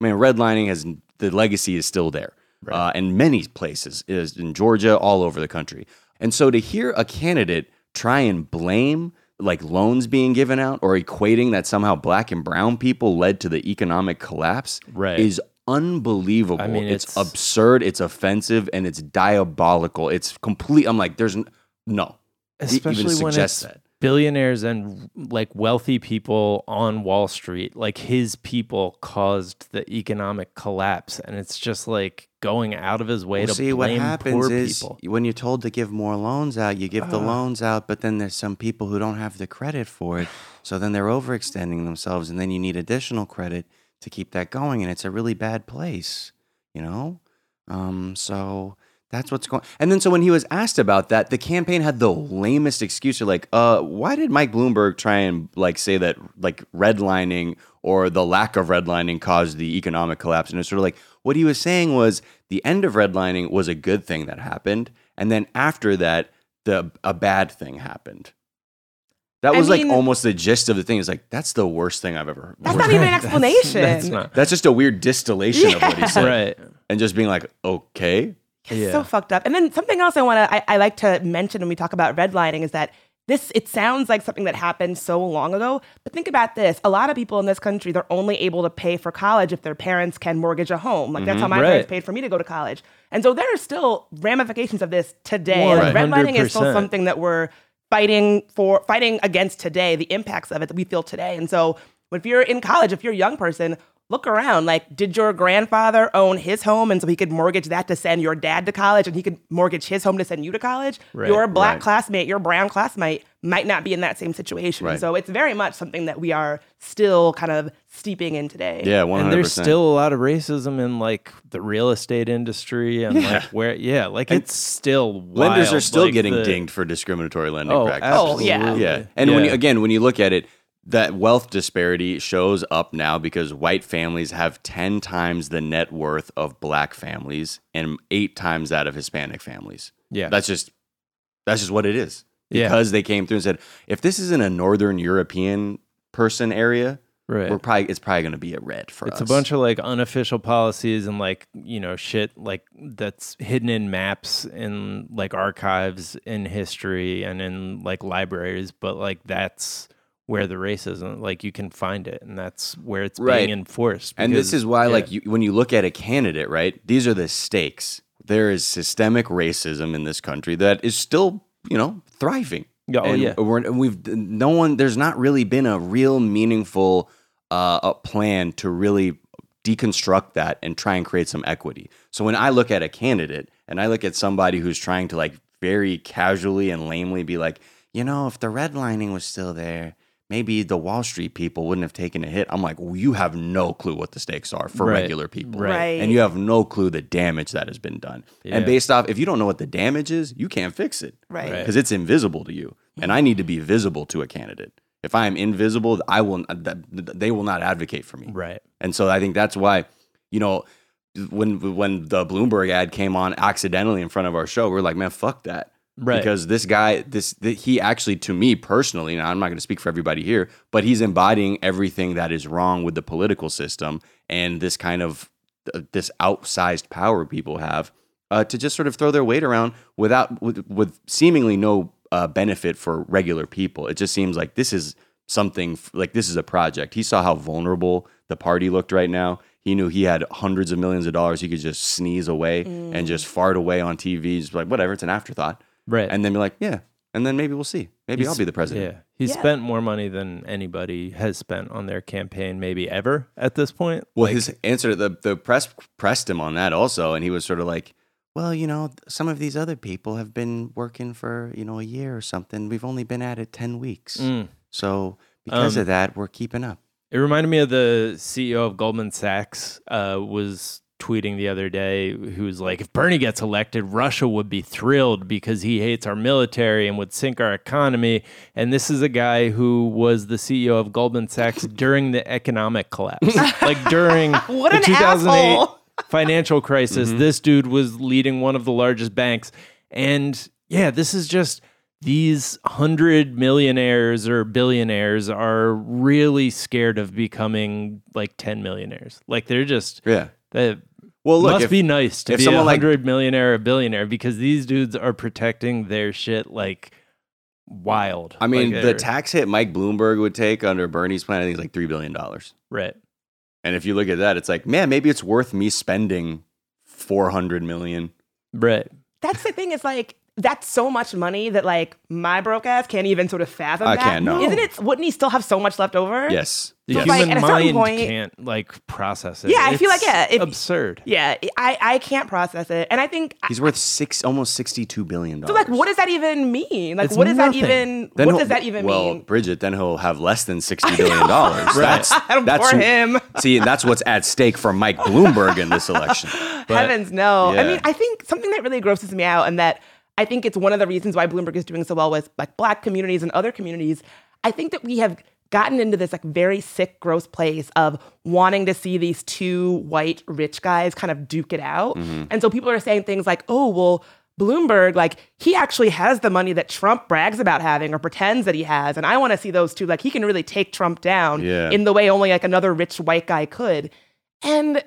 S2: Man, redlining has the legacy is still there, uh, in many places, It is in Georgia, all over the country. And so to hear a candidate try and blame like loans being given out or equating that somehow black and brown people led to the economic collapse
S1: Right.
S2: is unbelievable.
S1: I mean,
S2: it's,
S1: it's-
S2: absurd, it's offensive, and it's diabolical. It's complete. I'm like, there's n- no. E-
S1: Especially when it's
S2: suggest that.
S1: billionaires and like wealthy people on Wall Street, like his people caused the economic collapse. And it's just like going out of his way to
S2: see,
S1: blame
S2: what happens
S1: poor
S2: is
S1: people.
S2: when you're told to give more loans out, you give the loans out, but then there's some people who don't have the credit for it. So then they're overextending themselves, and then you need additional credit to keep that going. And it's a really bad place, you know? Um, so that's what's going And then so when he was asked about that, the campaign had the lamest excuse. They're like, uh, why did Mike Bloomberg try and like say that like redlining or the lack of redlining caused the economic collapse? And it's sort of like what he was saying was the end of redlining was a good thing that happened. And then after that, the a bad thing happened. That
S3: I
S2: was
S3: mean-
S2: like almost the gist of the thing. It's like, that's the worst thing I've ever heard.
S3: That's not even an explanation.
S1: That's not.
S2: That's just a weird distillation of what he said.
S1: Right.
S2: And just being like, okay.
S3: It's
S1: Yeah.
S3: so fucked up. And then something else I want to I, I like to mention when we talk about redlining is that this it sounds like something that happened so long ago, but think about this. A lot of people in this country they're only able to pay for college if their parents can mortgage a home. Like that's how my
S1: Mm-hmm. Right.
S3: parents paid for me to go to college. And so there are still ramifications of this today.
S1: Well,
S3: Like,
S1: right.
S3: redlining is still
S1: 100%.
S3: something that we're fighting for fighting against today, the impacts of it that we feel today. And so if you're in college, if you're a young person, look around. Like, did your grandfather own his home and so he could mortgage that to send your dad to college and he could mortgage his home to send you to college?
S1: Right,
S3: your black
S2: right.
S3: classmate, your brown classmate might not be in that same situation.
S2: Right.
S3: So it's very much something that we are still kind of steeping in today.
S2: Yeah, 100%.
S1: And there's still a lot of racism in like the real estate industry and like where, yeah, like it's still wild.
S2: lenders are still
S1: Like,
S2: getting
S1: the-
S2: dinged for discriminatory lending
S1: Oh,
S2: practices.
S1: absolutely.
S3: yeah.
S2: Yeah. And when you,
S1: Yeah.
S2: again, when you look at it, that wealth disparity shows up now because white families have 10 times the net worth of black families and 8 times that of Hispanic families.
S1: Yeah.
S2: That's just that's just what it is.
S1: Yeah.
S2: Because they came through and said, if this isn't a northern European person area,
S1: Right.
S2: we're probably it's probably going to be a red for
S1: It's
S2: us.
S1: a bunch of like unofficial policies and like, you know, shit like that's hidden in maps and like archives in history and in like libraries, but like that's where the racism, like you can find it and that's where it's
S2: Right.
S1: being enforced.
S2: And this
S1: because-
S2: is why,
S1: yeah.
S2: like, you, when you look at a candidate, right? These are the stakes. There is systemic racism in this country that is still, you know, thriving.
S1: Yeah, oh,
S2: and
S1: yeah.
S2: We're, and we've no one. There's not really been a real meaningful uh, uh, plan to really deconstruct that and try and create some equity. So when I look at a candidate and I look at somebody who's trying to like very casually and lamely be like, you know, if the redlining was still there, maybe the Wall Street people wouldn't have taken a hit. I'm like, well, you have no clue what the stakes are for
S1: Right.
S2: regular people.
S1: Right.
S3: Right.
S2: And you have no clue the damage that has been done.
S1: Yeah.
S2: And based off, if you don't know what the damage is, you can't fix it.
S3: Right. Right.
S2: Because it's invisible to you. And I need to be visible to a candidate. If I am invisible, I will. th- They will not advocate for me.
S1: right.
S2: And so I think that's why, you know, when when the Bloomberg ad came on accidentally in front of our show, we are like, man, fuck that.
S1: Right.
S2: Because this guy, this th- he actually, to me personally, now I'm not going to speak for everybody here, but he's embodying everything that is wrong with the political system and this kind of uh, this outsized power people have uh, to just sort of throw their weight around without with, with seemingly no uh, benefit for regular people. It just seems like this is something f- like this is a project. He saw how vulnerable the party looked right now. He knew he had hundreds of millions of dollars he could just sneeze away and just fart away on TV, just like whatever. It's an afterthought,
S1: Right.
S2: and then be like, yeah, and then maybe we'll see. Maybe
S1: He's-
S2: I'll be the president.
S1: Yeah. He
S3: Yeah.
S1: spent more money than anybody has spent on their campaign, maybe ever at this point.
S2: Well, his answer to the the press pressed him on that also, and he was sort of like, "Well, you know, some of these other people have been working for you know a year or something. We've only been at it ten weeks,
S1: Mm.
S2: so because
S1: Um,
S2: of that, we're keeping up."
S1: It reminded me of the CEO of Goldman Sachs uh, was tweeting the other day, who was like, if Bernie gets elected, Russia would be thrilled because he hates our military and would sink our economy. And this is a guy who was the CEO of Goldman Sachs during the economic collapse, like during
S3: What
S1: the
S3: an
S1: 2008
S3: asshole.
S1: financial crisis.
S2: Mm-hmm.
S1: This dude was leading one of the largest banks. And yeah, this is just these hundred millionaires or billionaires are really scared of becoming like 10 millionaires. Like they're just,
S2: Yeah.
S1: that
S2: Well, look,
S1: must
S2: if-
S1: be nice to
S2: if
S1: be a
S2: someone like-
S1: hundred millionaire or billionaire because these dudes are protecting their shit like wild.
S2: I mean,
S1: Like,
S2: the
S1: they're-
S2: tax hit Mike Bloomberg would take under Bernie's plan, I think, is like $3 billion. And
S1: right.
S2: if you look at that, it's like, man, maybe it's worth me spending 400 million.
S1: Right.
S3: That's the thing. It's like that's so much money that like my broke ass can't even sort of fathom.
S2: I
S3: that.
S2: can't, no.
S3: Isn't it? Wouldn't he still have so much left over?
S2: Yes.
S1: The
S2: yes.
S3: like,
S1: human
S3: at a certain
S1: mind
S3: point-
S1: can't like process it.
S3: Yeah, I feel like,
S1: It's
S3: yeah, if-
S1: absurd.
S3: Yeah, I I can't process it, and I think I
S2: He's worth six, almost $62 billion.
S3: feel like what does that even mean? Like
S1: It's
S3: what does
S1: nothing.
S3: that even?
S2: Then
S3: what
S2: he'll-
S3: does that even
S2: well,
S3: mean?
S2: Bridget, then he'll have less than $60 billion. dollars. That's,
S3: Adam,
S2: that's
S3: poor him.
S2: See, and that's what's at stake for Mike Bloomberg in this election.
S3: Heavens, no. I
S2: Yeah.
S3: mean, I think something that really grosses me out, and that I think it's one of the reasons why Bloomberg is doing so well with like Black communities and other communities. I think that we have gotten into this like very sick, gross place of wanting to see these two white rich guys kind of duke it out,
S2: Mm-hmm.
S3: and so people are saying things like, "Oh, well." Bloomberg, like he actually has the money that Trump brags about having or pretends that he has. And I want to see those two. Like he can really take Trump down
S2: Yeah.
S3: in the way only like another rich white guy could. And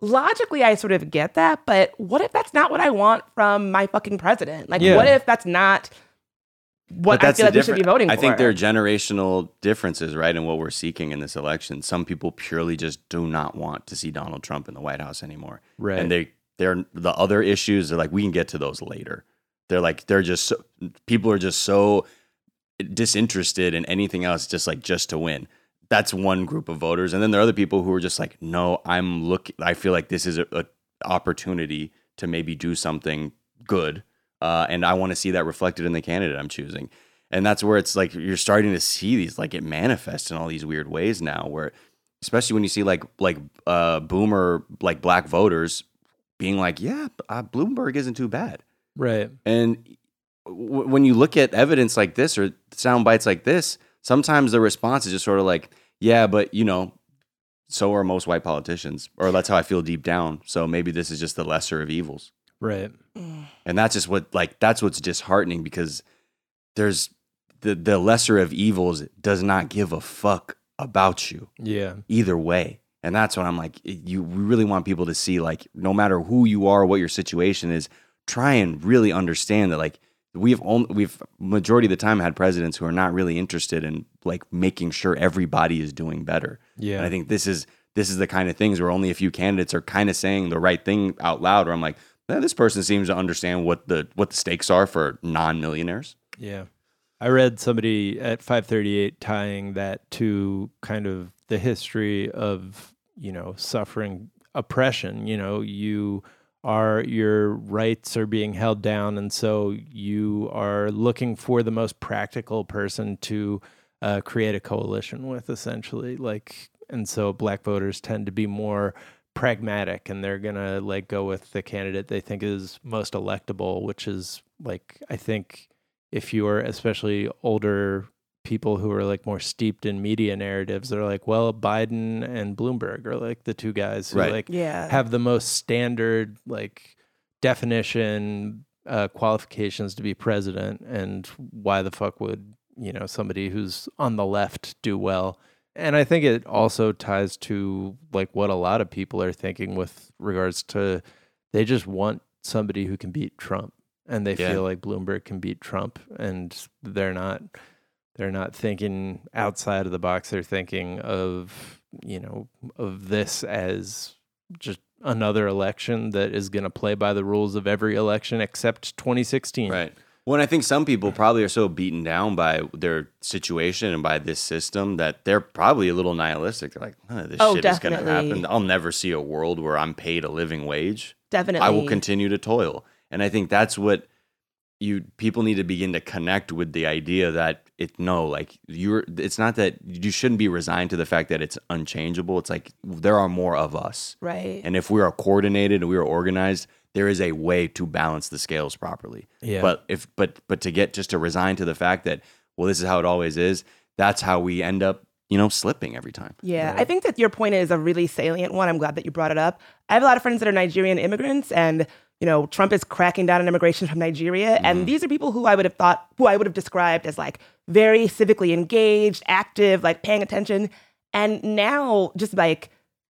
S3: logically I sort of get that, but what if that's not what I want from my fucking president? Like,
S1: Yeah.
S3: what if that's not what
S2: But
S3: I
S2: that's
S3: feel
S2: the
S3: like we should be
S2: difference-
S3: voting
S2: I
S3: for?
S2: think there are generational differences, right, in what we're seeking in this election. Some people purely just do not want to see Donald Trump in the White House anymore,
S1: Right.
S2: And they they're the other issues. They're like we can get to those later. They're like they're just so, people are just so disinterested in anything else, just like just to win. That's one group of voters, and then there are other people who are just like, no, I'm look. I feel like this is a, a opportunity to maybe do something good, uh, and I want to see that reflected in the candidate I'm choosing. And that's where it's like you're starting to see these like it manifests in all these weird ways now, where especially when you see like like uh, boomer like black voters being like, yeah, uh, Bloomberg isn't too bad.
S1: Right.
S2: And w- when you look at evidence like this or sound bites like this, sometimes the response is just sort of like, yeah, but you know, so are most white politicians, or that's how I feel deep down. So maybe this is just the lesser of evils.
S1: Right.
S3: Mm,
S2: And that's just what like that's what's disheartening because there's the the lesser of evils does not give a fuck about you
S1: Yeah.
S2: either way. And that's when I'm like, eh, you we really want people to see, like, no matter who you are, what your situation is, try and really understand that, like, we've only we've majority of the time had presidents who are not really interested in like making sure everybody is doing better.
S1: Yeah.
S2: And I think this is this is the kind of things where only a few candidates are kind of saying the right thing out loud. Where I'm like, "Nah, this person seems to understand what the what the stakes are for non-millionaires.
S1: Yeah. I read somebody at 538 tying that to kind of the history of, you know, suffering oppression. You know, you are, your rights are being held down. And so you are looking for the most practical person to uh, create a coalition with, essentially. Like, and so black voters tend to be more pragmatic and they're gonna like go with the candidate they think is most electable, which is like, I think if you're especially older people who are like more steeped in media narratives, they're like, well, Biden and Bloomberg are like the two guys who
S2: Right.
S1: like
S3: Yeah.
S1: have the most standard like definition uh, qualifications to be president, and why the fuck would you know somebody who's on the left do well? And I think it also ties to like what a lot of people are thinking with regards to they just want somebody who can beat Trump, and they
S2: Yeah.
S1: feel like Bloomberg can beat Trump, and they're not they're not thinking outside of the box they're thinking of you know of this as just another election that is going to play by the rules of every election except 2016
S2: Right. Well, and I think some people probably are so beaten down by their situation and by this system that they're probably a little nihilistic. They're like, huh, this
S3: Oh,
S2: shit is going to
S3: definitely.
S2: happen. I'll never see a world where I'm paid a living wage.
S3: Definitely.
S2: I will continue to toil. And I think that's what you people need to begin to connect with the idea that it no, like you're it's not that you shouldn't be resigned to the fact that it's unchangeable. It's like there are more of us.
S3: Right.
S2: And if we are coordinated and we are organized, there is a way to balance the scales properly.
S1: Yeah.
S2: But if but but to get just to resign to the fact that well, this is how it always is. That's how we end up, you know, slipping every time.
S3: Yeah, I think that your point is a really salient one. I'm glad that you brought it up. I have a lot of friends that are Nigerian immigrants, and you know, Trump is cracking down on immigration from Nigeria,
S2: Mm-hmm.
S3: and these are people who I would have thought, who I would have described as like very civically engaged, active, like paying attention, and now just like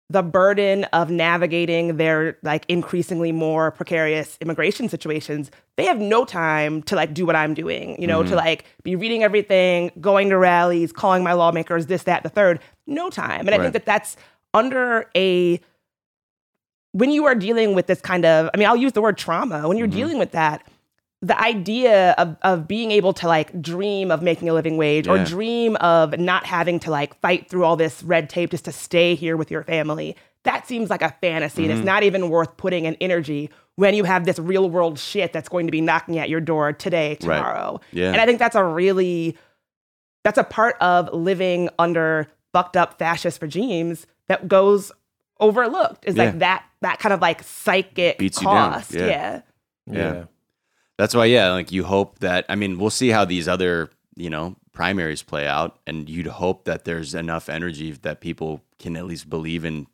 S3: the burden of navigating their like increasingly more precarious immigration situations they have no time to like do what i'm doing you know to like be reading everything going to rallies calling my lawmakers this that the third no time and i
S2: Right.
S3: think that that's under a when you are dealing with this kind of i mean i'll use the word trauma when you're dealing with that the idea of, of being able to like dream of making a living wage or
S2: Yeah.
S3: dream of not having to like fight through all this red tape just to stay here with your family that seems like a fantasy and
S2: Mm-hmm.
S3: it's not even worth putting in energy when you have this real world shit that's going to be knocking at your door today
S2: Right.
S3: tomorrow
S2: Yeah.
S3: and i think that's a really that's a part of living under fucked up fascist regimes that goes overlooked is
S2: Yeah.
S3: like that that kind of like psychic
S2: Beats you down,
S3: cost
S2: yeah.
S3: yeah.
S2: Yeah. That's why, yeah, like you hope that. I mean, we'll see how these other, you know, primaries play out, and you'd hope that there's enough energy that people can at least believe in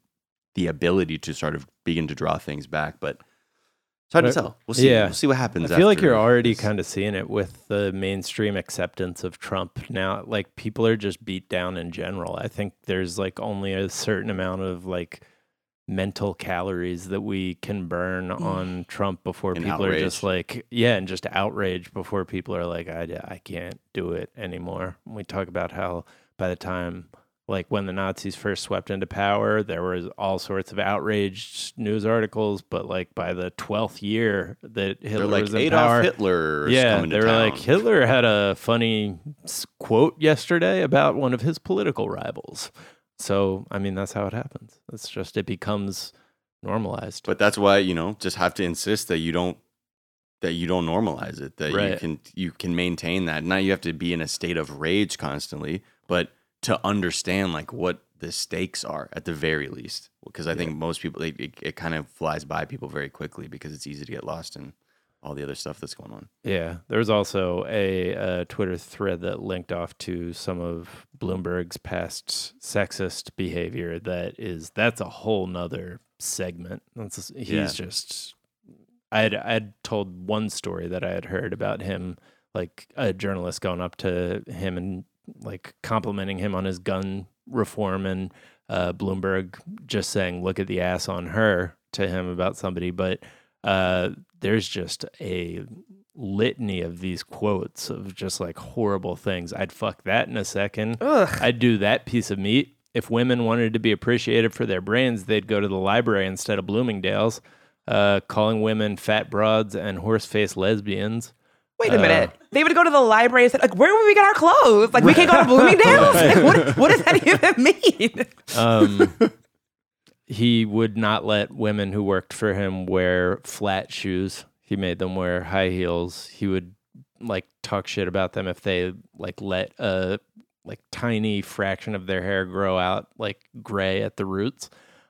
S2: the ability to sort of begin to draw things back. But it's hard to
S1: Right.
S2: tell. We'll see.
S1: Yeah.
S2: We'll see what happens.
S1: I feel like
S2: after
S1: you're already
S2: this.
S1: kind of seeing it with the mainstream acceptance of Trump now. Like people are just beat down in general. I think there's like only a certain amount of like mental calories that we can burn on Trump before
S2: Mm. And
S1: people are just
S2: outrage.
S1: like, yeah, and just outrage before people are like, I, I can't do it anymore. And we talk about how by the time like when the Nazis first swept into power, there was all sorts of outraged news articles. But like by the twelfth year that Hitler
S2: They're like
S1: was in
S2: Adolf
S1: power,
S2: Hitler. Is
S1: yeah,
S2: coming
S1: they
S2: to
S1: were
S2: town.
S1: like Hitler had a funny s- quote yesterday about one of his political rivals. So I mean, that's how it happens. It's just it becomes normalized.
S2: But that's why you know just have to insist that you don't that you don't normalize it. That you
S1: Right.
S2: can you can maintain that. Not you have to be in a state of rage constantly, but to understand like what the stakes are at the very least. Because I think most people it, it, it kind of flies by people very quickly because it's easy to get lost in all the other stuff that's going on.
S1: Yeah, there was also a uh, Twitter thread that linked off to some of Bloomberg's past sexist behavior. That is, that's a whole nother segment. That's just- he's
S2: Yeah.
S1: just. I had I had told one story that I had heard about him, like a journalist going up to him and like complimenting him on his gun reform, and uh, Bloomberg just saying, "Look at the ass on her" to him about somebody, but. Uh, there's just a litany of these quotes of just like horrible things. I'd fuck that in a second. I'd do that piece of meat. If women wanted to be appreciated for their brains, they'd go to the library instead of Bloomingdale's. Uh, calling women fat broads and horse faced lesbians.
S3: Wait a
S2: Uh.
S3: minute. They would go to the library and say, like, where would we get our clothes? Like, we can't go to Bloomingdale's? Like, what, what does that even mean?
S1: Um, he would not let women who worked for him wear flat shoes. He made them wear high heels. He would like talk shit about them if they like let a like tiny fraction of their hair grow out like gray at the roots.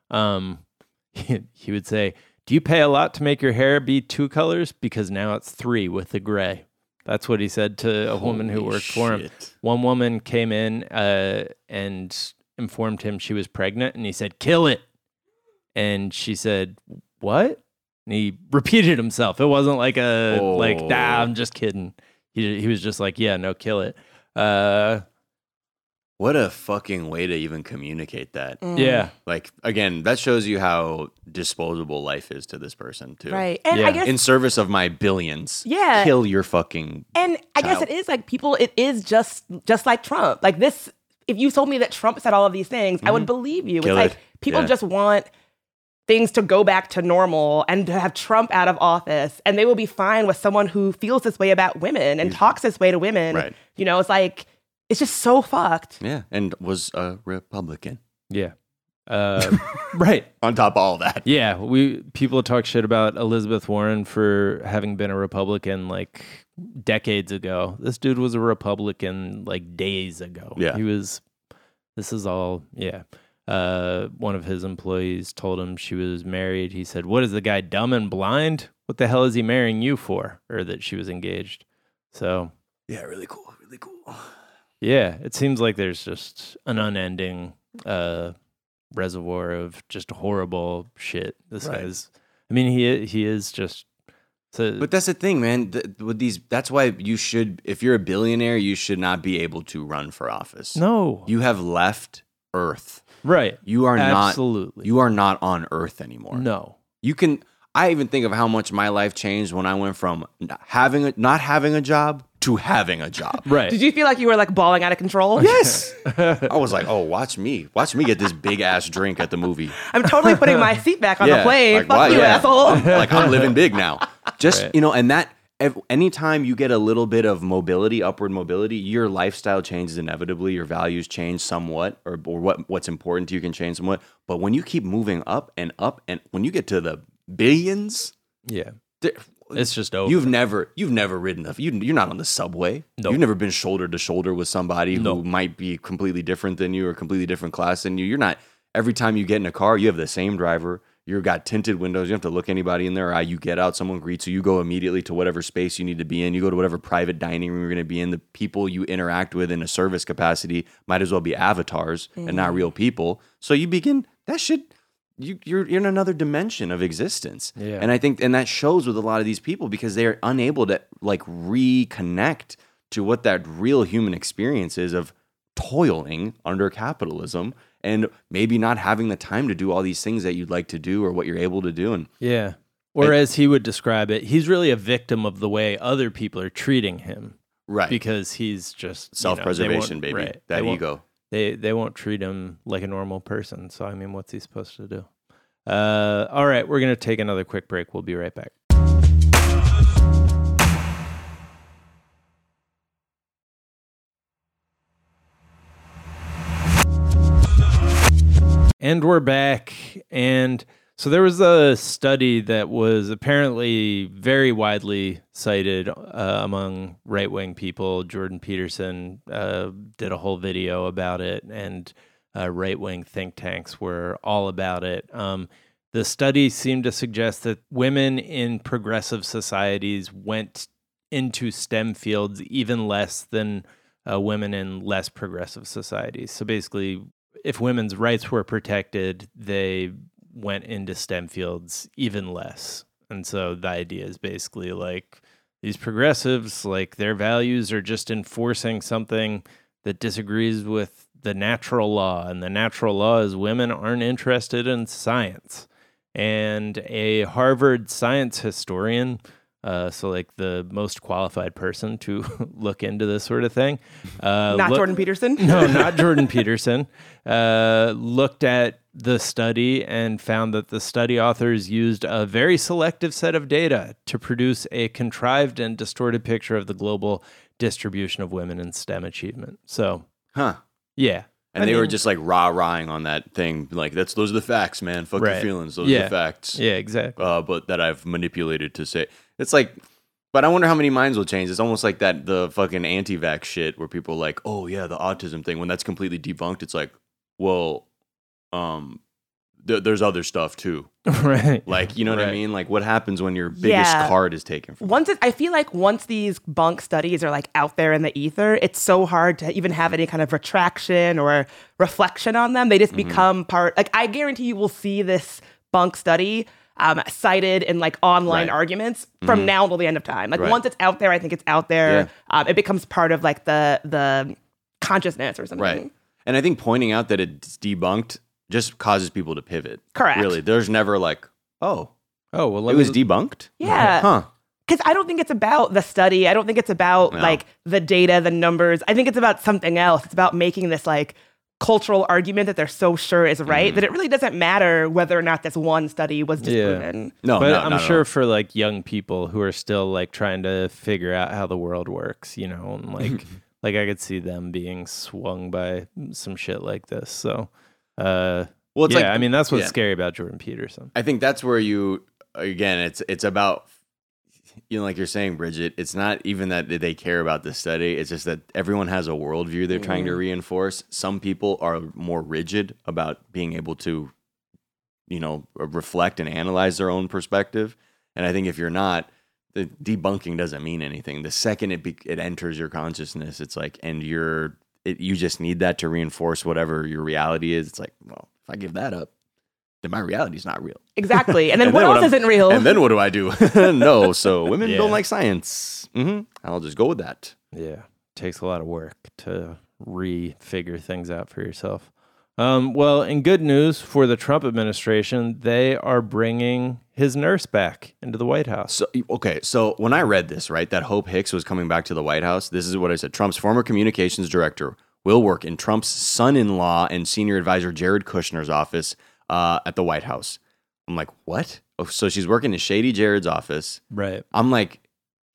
S1: Um, he, he would say, "Do you pay a lot to make your hair be two colors? Because now it's three with the gray." That's what he said to a woman who
S2: Holy
S1: worked for him.
S2: shit.
S1: One woman came in uh, and informed him she was pregnant, and he said, "Kill it." And she said, "What?" and he repeated himself. It wasn't like a like,
S2: Oh.
S1: nah, I'm just kidding. He he was just like, yeah, no, kill it. Uh,
S2: What a fucking way to even communicate that.
S1: yeah,
S2: Like again, that shows you how disposable life is to this person too.
S3: Right. And
S1: Yeah.
S3: I guess
S2: In service of my billions.
S3: Yeah.
S2: Kill your fucking
S3: and I guess
S2: child.
S3: it is like people it is just just like Trump. Like this if you told me that Trump said all of these things, I would believe you.
S2: Mm-hmm. Kill
S3: it's like
S2: it.
S3: people
S2: Yeah.
S3: just want things to go back to normal and to have Trump out of office and they will be fine with someone who feels this way about women and talks this way to women.
S2: Right.
S3: You know, it's like it's just so fucked.
S2: Yeah. And was a Republican.
S1: yeah, uh, right.
S2: On top of all that.
S1: Yeah, we people talk shit about Elizabeth Warren for having been a Republican like decades ago. This dude was a Republican like days ago.
S2: Yeah.
S1: he was. This is all. Yeah, uh, one of his employees told him she was married. He said, "What is the guy dumb and blind? What the hell is he marrying you for?" Or that she was engaged. So
S2: Yeah, really cool. Really cool.
S1: yeah, it seems like there's just an unending uh, reservoir of just horrible shit. This
S2: Right.
S1: guy's. I mean, he he is just. So,
S2: But that's the thing, man. Th- with these, that's why you should, if you're a billionaire, you should not be able to run for office.
S1: no,
S2: you have left Earth.
S1: right?
S2: You are not.
S1: absolutely
S2: You are not on Earth anymore.
S1: no.
S2: You can. I even think of how much my life changed when I went from n- having a, not having a job to having a job.
S1: Right.
S3: Did you feel like you were like balling out of control?
S2: Yes. I was like, oh, watch me, watch me get this big ass drink at the movie.
S3: I'm totally putting my seat back on the plane.
S2: like,
S3: Fuck
S2: why-
S3: you,
S2: yeah.
S3: asshole.
S2: like I'm living big now. Just
S1: Right.
S2: you know, and that ev- anytime you get a little bit of mobility, upward mobility, your lifestyle changes inevitably. Your values change somewhat, or or what what's important to you can change somewhat. But when you keep moving up and up, and when you get to the billions,
S1: yeah,
S2: there-
S1: it's just over.
S2: You've never, you've never ridden the, you, you're not on the subway.
S1: No.
S2: You've never been shoulder to shoulder with somebody
S1: No.
S2: who might be completely different than you or completely different class than you. You're not. Every time you get in a car, you have the same driver. You've got tinted windows. You don't have to look anybody in their eye. You get out, someone greets you. You go immediately to whatever space you need to be in. You go to whatever private dining room you're going to be in. The people you interact with in a service capacity might as well be avatars and not real people. So you begin that should you, you're in another dimension of existence.
S1: Yeah.
S2: And I think, and that shows with a lot of these people because they are unable to like reconnect to what that real human experience is of toiling under capitalism and maybe not having the time to do all these things that you'd like to do or what you're able to do. And
S1: yeah. Or as he would describe it, he's really a victim of the way other people are treating him
S2: right.
S1: because he's just you know, they won't-
S2: Self-preservation, baby.
S1: right. They
S2: That
S1: won't-
S2: ego.
S1: they they won't treat him like a normal person. So I mean, what's he supposed to do? Uh, all right, we're gonna take another quick break. We'll be right back. And we're back. And so there was a study that was apparently very widely cited uh, among right wing people. Jordan Peterson uh, did a whole video about it, and uh, right wing think tanks were all about it. Um, the study seemed to suggest that women in progressive societies went into STEM fields even less than uh, women in less progressive societies. So basically, if women's rights were protected, they went into STEM fields even less. And so the idea is basically like these progressives, like their values are just enforcing something that disagrees with the natural law. And the natural law is women aren't interested in science. And a Harvard science historian, uh, so like the most qualified person to look into this sort of thing. Uh,
S3: Not
S1: look-
S3: Jordan Peterson.
S1: no, not Jordan Peterson. Uh, looked at the study and found that the study authors used a very selective set of data to produce a contrived and distorted picture of the global distribution of women in STEM achievement. So,
S2: Huh.
S1: yeah.
S2: And
S1: I
S2: they were
S1: mean-
S2: just like rah rahing on that thing. Like, that's, those are the facts, man. Fuck
S1: Right.
S2: your feelings. Those are
S1: Yeah.
S2: the facts.
S1: Yeah, exactly.
S2: uh, but that I've manipulated to say it's like. But I wonder how many minds will change. It's almost like that the fucking anti-vax shit where people are like, oh yeah, the autism thing. When that's completely debunked, it's like, well, um, there there's other stuff too.
S1: right.
S2: Like you know what I
S1: Right.
S2: mean? Like what happens when your biggest
S3: Yeah.
S2: card is taken from? you?
S3: once it, I feel like once these bunk studies are like out there in the ether, it's so hard to even have any kind of retraction or
S2: Mm-hmm.
S3: reflection on them. They just become part. Like I guarantee you will see this bunk study. um, cited in like online
S2: Right. Mm-hmm.
S3: arguments from now until the end of time. Like
S2: Right.
S3: once it's out there, I think it's out there. Um, it becomes part of like the the consciousness or something.
S2: Right. And I think pointing out that it's debunked just causes people to pivot.
S3: Correct.
S2: Really. There's never like, oh,
S1: Oh well,
S2: it
S1: let
S2: was
S1: me-
S2: debunked?
S3: Yeah.
S2: Huh.
S3: because I don't think it's about the study. I don't think it's about
S2: No.
S3: like the data, the numbers. I think it's about something else. It's about making this like cultural argument that they're so sure is
S2: Mm-hmm.
S3: right that it really doesn't matter whether or not this one study was
S1: Yeah.
S3: disproven.
S2: No,
S1: but
S2: oh, no,
S1: I'm
S2: not at
S1: sure
S2: all.
S1: for like young people who are still like trying to figure out how the world works, you know, and like like I could see them being swung by some shit like this. So, uh,
S2: Well, it's
S1: yeah,
S2: like-
S1: I mean that's what's
S2: yeah.
S1: scary about Jordan Peterson.
S2: I think that's where you again it's it's about you know like you're saying Bridget it's not even that they care about the study it's just that everyone has a worldview they're trying to reinforce some people are more rigid about being able to you know reflect and analyze their own perspective and I think if you're not the debunking doesn't mean anything the second it be, it enters your consciousness it's like and you're it, you just need that to reinforce whatever your reality is it's like well if I give that up then my reality's not real
S3: Exactly. And then
S2: and
S3: what
S2: then what
S3: else
S2: I'm-
S3: isn't real?
S2: and then what do I do? no, so women
S1: Oh. Yeah.
S2: don't like science. hmm I'll just go with that.
S1: Yeah, takes a lot of work to re-figure things out for yourself. Um, well, in good news for the Trump administration, they are bringing his nurse back into the White House.
S2: So okay, so when I read this, right, that Hope Hicks was coming back to the White House. This is what I said. Trump's former communications director will work in Trump's son-in-law and senior advisor Jared Kushner's office uh, at the White House. I'm like, what? Oh, so she's working in shady Jared's office.
S1: Right,
S2: I'm like,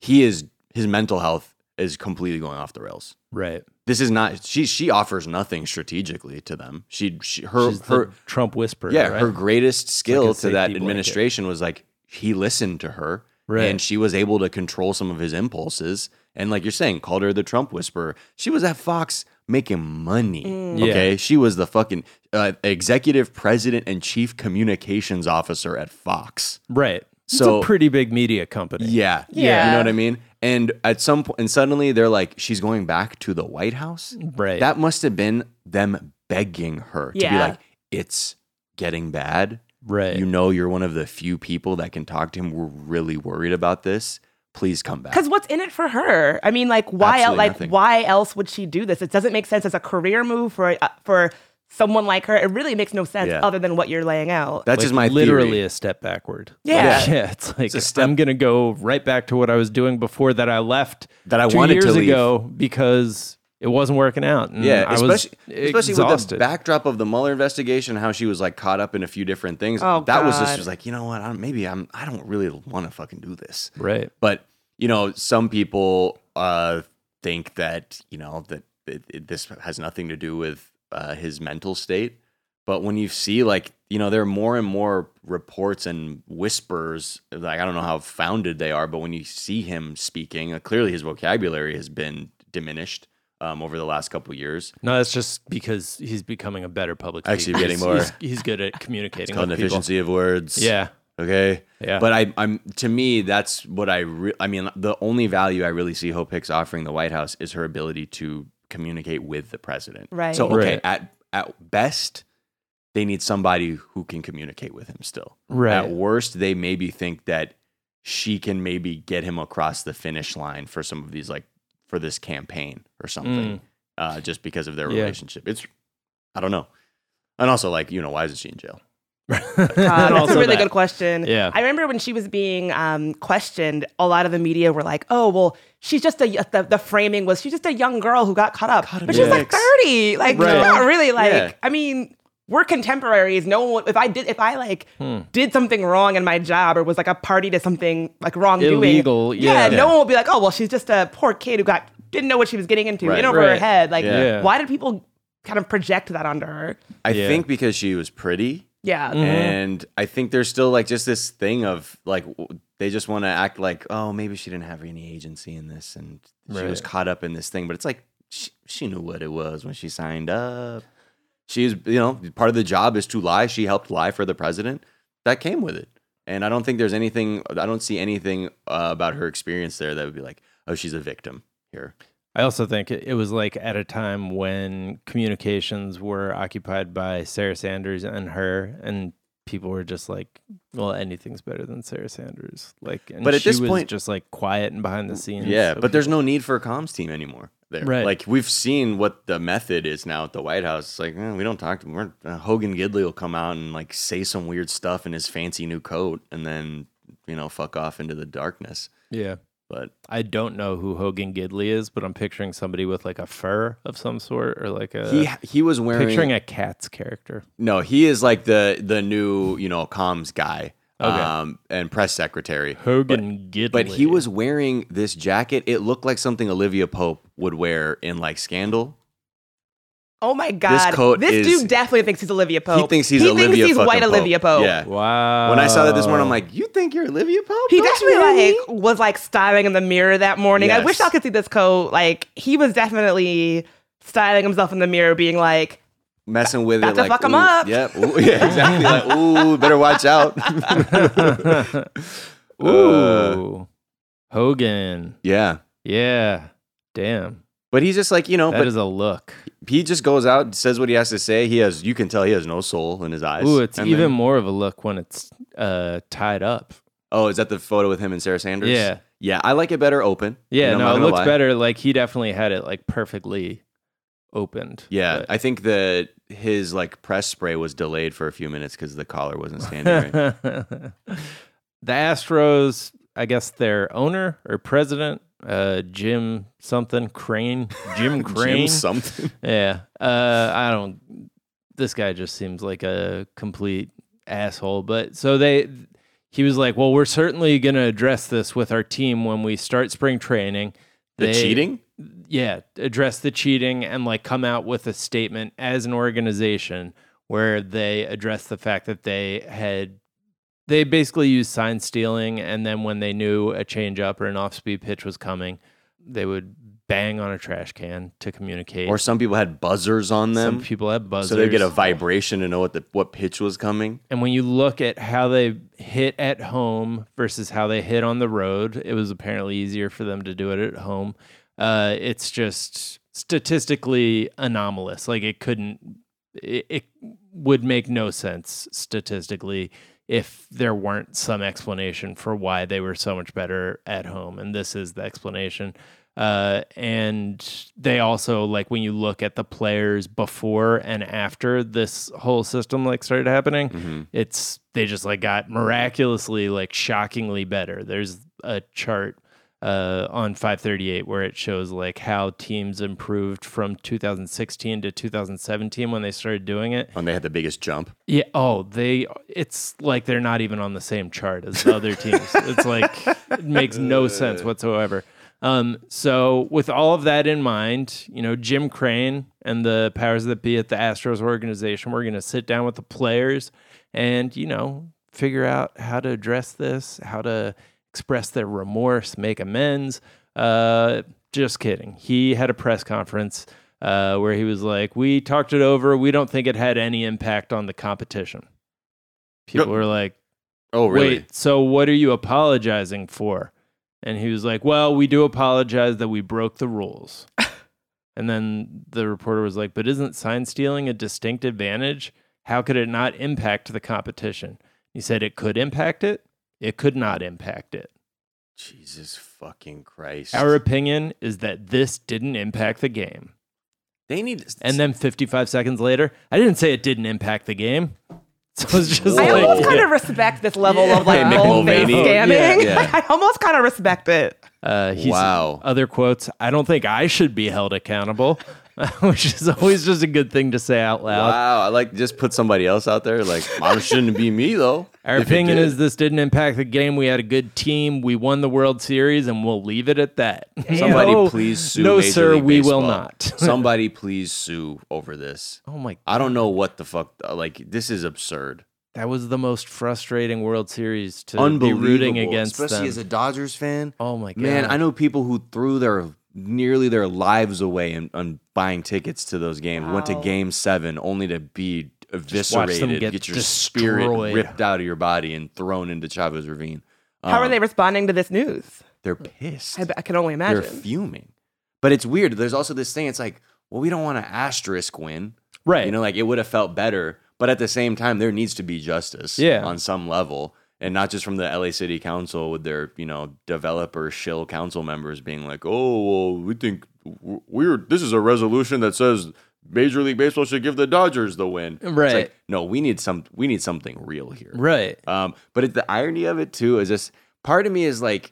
S2: he is his mental health is completely going off the rails.
S1: right.
S2: This is not she. She offers nothing strategically to them. She, she her
S1: She's the
S2: her
S1: Trump whisperer.
S2: Yeah,
S1: right?
S2: her greatest skill to
S1: safety
S2: that
S1: blanket.
S2: administration was like he listened to her,
S1: Right.
S2: and she was able to control some of his impulses. And like you're saying, called her the Trump whisperer. She was at Fox making money.
S1: Mm. Yeah.
S2: Okay, she was the fucking uh, executive president and chief communications officer at Fox.
S1: right.
S2: So-
S1: it's a pretty big media company.
S2: Yeah,
S3: Yeah.
S2: you know what I mean. And at some point, and suddenly they're like, she's going back to the White House.
S1: Right.
S2: That must have been them begging her to be
S3: Yeah.
S2: like, it's getting bad.
S1: right.
S2: you know you're one of the few people that can talk to him. We're really worried about this. Please come back.
S3: Because what's in it for her? I mean, like why? el-
S2: Absolutely
S3: Like
S2: nothing.
S3: why else would she do this? It doesn't make sense as a career move for uh, for someone like her. It really makes no sense
S2: Yeah.
S3: other than what you're laying out.
S2: That's
S1: Like,
S2: just my
S1: literally
S2: theory.
S1: a step backward.
S3: Yeah.
S1: Like, yeah. It's like
S2: a step-
S1: I'm gonna go right back to what I was doing before that I left
S2: That I
S1: two
S2: wanted to
S1: years
S2: leave.
S1: ago because it wasn't working out. and
S2: Yeah,
S1: I was
S2: especially, especially with the
S1: exhausted.
S2: backdrop of the Mueller investigation, how she was like caught up in a few different things.
S3: Oh,
S2: that was just
S3: God.
S2: she was like, you know what? I'm, maybe I'm. I don't really want to fucking do this.
S1: Right.
S2: But you know, some people uh, think that you know that it, it, this has nothing to do with uh, his mental state. But when you see like you know, there are more and more reports and whispers. Like I don't know how founded they are, but when you see him speaking, uh, clearly his vocabulary has been diminished um, over the last couple years.
S1: No, that's just because he's becoming a better public.
S2: Actually
S1: speaker.
S2: getting
S1: He's-
S2: more-
S1: He's, he's good at communicating.
S2: It's called an
S1: with people.
S2: efficiency of words.
S1: Yeah.
S2: Okay.
S1: Yeah.
S2: But I, I'm to me, that's what I. Re- I mean, the only value I really see Hope Hicks offering the White House is her ability to communicate with the president.
S3: Right.
S2: So okay,
S1: Right.
S2: at at best, they need somebody who can communicate with him still.
S1: Right.
S2: At worst, they maybe think that she can maybe get him across the finish line for some of these like for this campaign or something, uh, just because of their
S1: Mm. Yeah.
S2: relationship. It's, I don't know, and also like you know why isn't she in jail?
S3: Uh,
S1: And
S3: that's
S1: also
S3: a really
S1: that.
S3: good question.
S1: Yeah.
S3: I remember when she was being um, questioned, a lot of the media were like, oh, well, she's just a, the, the framing was, she's just a young girl who got caught up.
S2: Caught in
S3: but she was like
S2: the
S3: 30. Like,
S1: Right.
S3: not really. Like,
S2: Yeah.
S3: I mean, we're contemporaries. No one, if I did, if I like
S1: Hmm.
S3: did something wrong in my job or was like a party to something like wrongdoing,
S1: Illegal, yeah.
S3: no one would be like, oh, well, she's just a poor kid who got, didn't know what she was getting into,
S2: Right.
S3: in over her
S1: Right.
S3: head. Like,
S2: Yeah.
S1: Yeah.
S3: why did people kind of project that onto her?
S2: I
S1: Yeah.
S2: think because she was pretty.
S3: Yeah.
S2: and I think there's still like just this thing of like w- they just want to act like oh maybe she didn't have any agency in this and she was
S1: Right.
S2: caught up in this thing, but it's like she, she knew what it was when she signed up. She's you know part of the job is to lie. She helped lie for the president. That came with it, and I don't think there's anything. I don't see anything uh, about her experience there that would be like oh she's a victim here.
S1: I also think it it was like at a time when communications were occupied by Sarah Sanders and her, and people were just like, well, anything's better than Sarah Sanders. Like, and
S2: But at
S1: she
S2: this
S1: was
S2: point-
S1: just like quiet and behind the scenes.
S2: Yeah,
S1: so
S2: but there's
S1: people-
S2: no need for a comms team anymore. There,
S1: Right.
S2: Like we've seen what the method is now at the White House. It's like eh, we don't talk to. We're, uh, Hogan Gidley will come out and like say some weird stuff in his fancy new coat, and then you know fuck off into the darkness.
S1: Yeah.
S2: But
S1: I don't know who Hogan Gidley is, but I'm picturing somebody with like a fur of some sort or like
S3: Uh,
S1: a.
S2: he he was wearing
S1: picturing a cat's character.
S2: no. He is like the the new you know comms guy.
S1: Okay.
S2: Um, and press secretary.
S1: Hogan Gidley.
S2: But he was wearing this jacket. It looked like something Olivia Pope would wear in like Scandal.
S3: Oh my god.
S2: coat
S3: this
S2: is-
S3: dude definitely thinks he's Olivia Pope.
S2: He thinks he's
S3: he
S2: Olivia
S3: thinks he's
S2: fucking
S3: white
S2: Pope.
S3: Olivia Pope.
S2: Yeah.
S1: Wow.
S2: When I saw that this
S1: Oh.
S2: morning, I'm like, you think you're Olivia Pope?
S3: He
S2: Don't
S3: definitely
S2: you really?"
S3: like was like styling in the mirror that morning. I wish
S2: Yes.
S3: I could see this coat. Like he was definitely styling himself in the mirror, being like,
S2: messing with
S3: About
S2: it.
S3: to
S2: like,
S3: fuck 'em
S2: ooh,
S3: up.
S2: Yep. ooh, yeah, exactly. like, ooh, better watch out. Uh,
S1: Ooh. Hogan.
S2: yeah.
S1: Yeah. Damn.
S2: But he's just like, you know,
S1: That is
S2: Oh, but
S1: a look.
S2: he just goes out, says what he has to say. He has, you can tell he has no soul in his eyes.
S1: Ooh, it's
S2: And
S1: even
S2: then-
S1: more of a look when it's uh, tied up.
S2: oh, is that the photo with him and Sarah Sanders?
S1: Yeah.
S2: Yeah. I like it better open.
S1: Yeah,
S2: You know, I'm
S1: no,
S2: not
S1: it
S2: gonna
S1: looks
S2: lie.
S1: better. Like he definitely had it like perfectly opened.
S2: Yeah.
S1: but-
S2: I think that his like press spray was delayed for a few minutes because the collar wasn't standing right.
S1: the Astros, I guess their owner or president, uh, Jim something Crane, Jim Crane,
S2: Jim something.
S1: yeah. Uh, I don't. This guy just seems like a complete asshole. But so they, he was like, "Well, we're certainly going to address this with our team when we start spring training."
S2: The
S1: They-
S2: cheating?
S1: yeah, address the cheating and like come out with a statement as an organization where they address the fact that they had they basically used sign stealing and then when they knew a change up or an off speed pitch was coming, they would bang on a trash can to communicate.
S2: Or some people had buzzers on
S1: some
S2: them.
S1: people have buzzers.
S2: so they get a vibration to know what the what pitch was coming.
S1: And when you look at how they hit at home versus how they hit on the road, it was apparently easier for them to do it at home. Uh, it's just statistically anomalous. Like it couldn't, it, it would make no sense statistically if there weren't some explanation for why they were so much better at home. And this is the explanation. Uh, and they also like when you look at the players before and after this whole system like started happening, it's they just like got miraculously like shockingly better. There's a chart uh, on 538 where it shows like how teams improved from 2016 to 2017 when they started doing it.
S2: when they had the biggest jump.
S1: Yeah. Oh, they. It's like they're not even on the same chart as the other teams. it's like it makes no sense whatsoever. Um, so with all of that in mind, you know, Jim Crane and the powers that be at the Astros organization, we're going to sit down with the players and you know figure out how to address this, how to express their remorse, make amends. Uh, just kidding. He had a press conference uh, where he was like, "We talked it over. We don't think it had any impact on the competition." People
S2: Yep.
S1: were like,
S2: Oh,
S1: Wait, so what are you apologizing for? And he was like, Well, we do apologize that we broke the rules. and then the reporter was like, But isn't sign stealing a distinct advantage? How could it not impact the competition? He said it could impact it, it could not impact it.
S2: Jesus fucking Christ.
S1: Our opinion is that this didn't impact the game.
S2: they need
S1: And then 55 seconds later, I didn't say it didn't impact the game. So it's just
S3: I
S2: Whoa.
S1: like,
S3: almost kind
S1: yeah.
S3: of respect this level of
S2: Yeah,
S3: like
S2: Mick
S3: bold face
S2: Mulvaney. Oh,
S3: scamming.
S2: Yeah, yeah.
S3: I almost kind of respect it.
S1: Uh, he's,
S2: Wow.
S1: Other quotes. I don't think I should be held accountable, which is always just a good thing to say out loud.
S2: wow, I like just put somebody else out there. Like, mom shouldn't be me though.
S1: Our
S2: If it
S1: opinion
S2: did.
S1: is this didn't impact the game. We had a good team. We won the World Series, and we'll leave it at that.
S2: somebody
S1: No,
S2: please sue.
S1: No,
S2: Major
S1: sir,
S2: League
S1: we
S2: Baseball.
S1: will not.
S2: somebody please sue over this.
S1: oh my!
S2: I don't know what the fuck. Like, this is absurd.
S1: That was the most frustrating World Series to be rooting against
S2: especially
S1: them.
S2: as a Dodgers fan.
S1: oh my god,
S2: Man, I know people who threw their nearly their lives away in, on buying tickets to those games. Went to
S3: Wow.
S2: Game Seven only to be
S1: watch them
S2: eviscerated,
S1: get
S2: get, your spirit
S1: destroyed.
S2: ripped out of your body and thrown into Chavez Ravine.
S3: How are
S2: Um,
S3: they responding to this news?
S2: They're pissed.
S3: I, I can only
S2: They're
S3: imagine.
S2: fuming. But it's weird. There's also this thing. It's like, well, we don't want to asterisk win.
S1: right?
S2: You know, like it would have felt better. But at the same time, there needs to be justice
S1: Yeah.
S2: on some level. And not just from the LA City Council with their, you know, developer shill council members being like, oh, well, we think w- we're, this is a resolution that says Major League Baseball should give the Dodgers the win. It's
S1: Right.
S2: like, no, we need some, we need something real here.
S1: Right.
S2: Um, but it, the irony of it too is this part of me is like,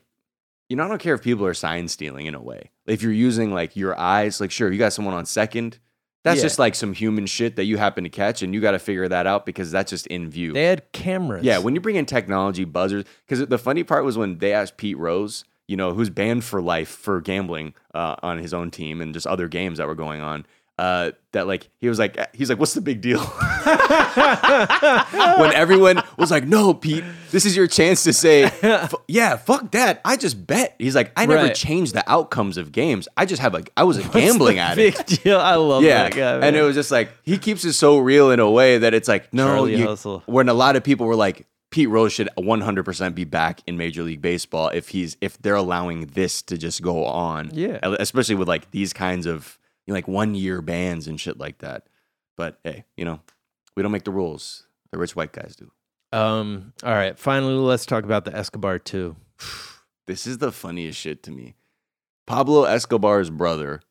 S2: you know, I don't care if people are sign stealing in a way. If you're using like your eyes, like sure, you got someone on second. That's
S1: Yeah.
S2: just like some human shit that you happen to catch, and you got to figure that out because that's just in view.
S1: They had cameras.
S2: Yeah, when you bring in technology buzzers, because the funny part was when they asked Pete Rose, you know, who's banned for life for gambling uh, on his own team and just other games that were going on. Uh, that like he was like he's like what's the big deal when everyone was like no Pete this is your chance to say "F- yeah fuck that I just bet he's like I never
S1: Right.
S2: changed the outcomes of games I just have like I was a gambling
S1: It's the
S2: addict
S1: Big deal. I love
S2: yeah,
S1: that guy.
S2: and
S1: man.
S2: it was just like he keeps it so real in a way that it's like no,
S1: Charlie
S2: you,
S1: Hustle.
S2: when a lot of people were like, Pete Rose should 100% be back in Major League Baseball if he's if they're allowing this to just go on.
S1: Yeah.
S2: especially with like these kinds of you know, like one year bans and shit like that. But hey, you know, we don't make the rules. The rich white guys do.
S1: Um. All right. Finally, let's talk about the Escobar two.
S2: This is the funniest shit to me. Pablo Escobar's brother,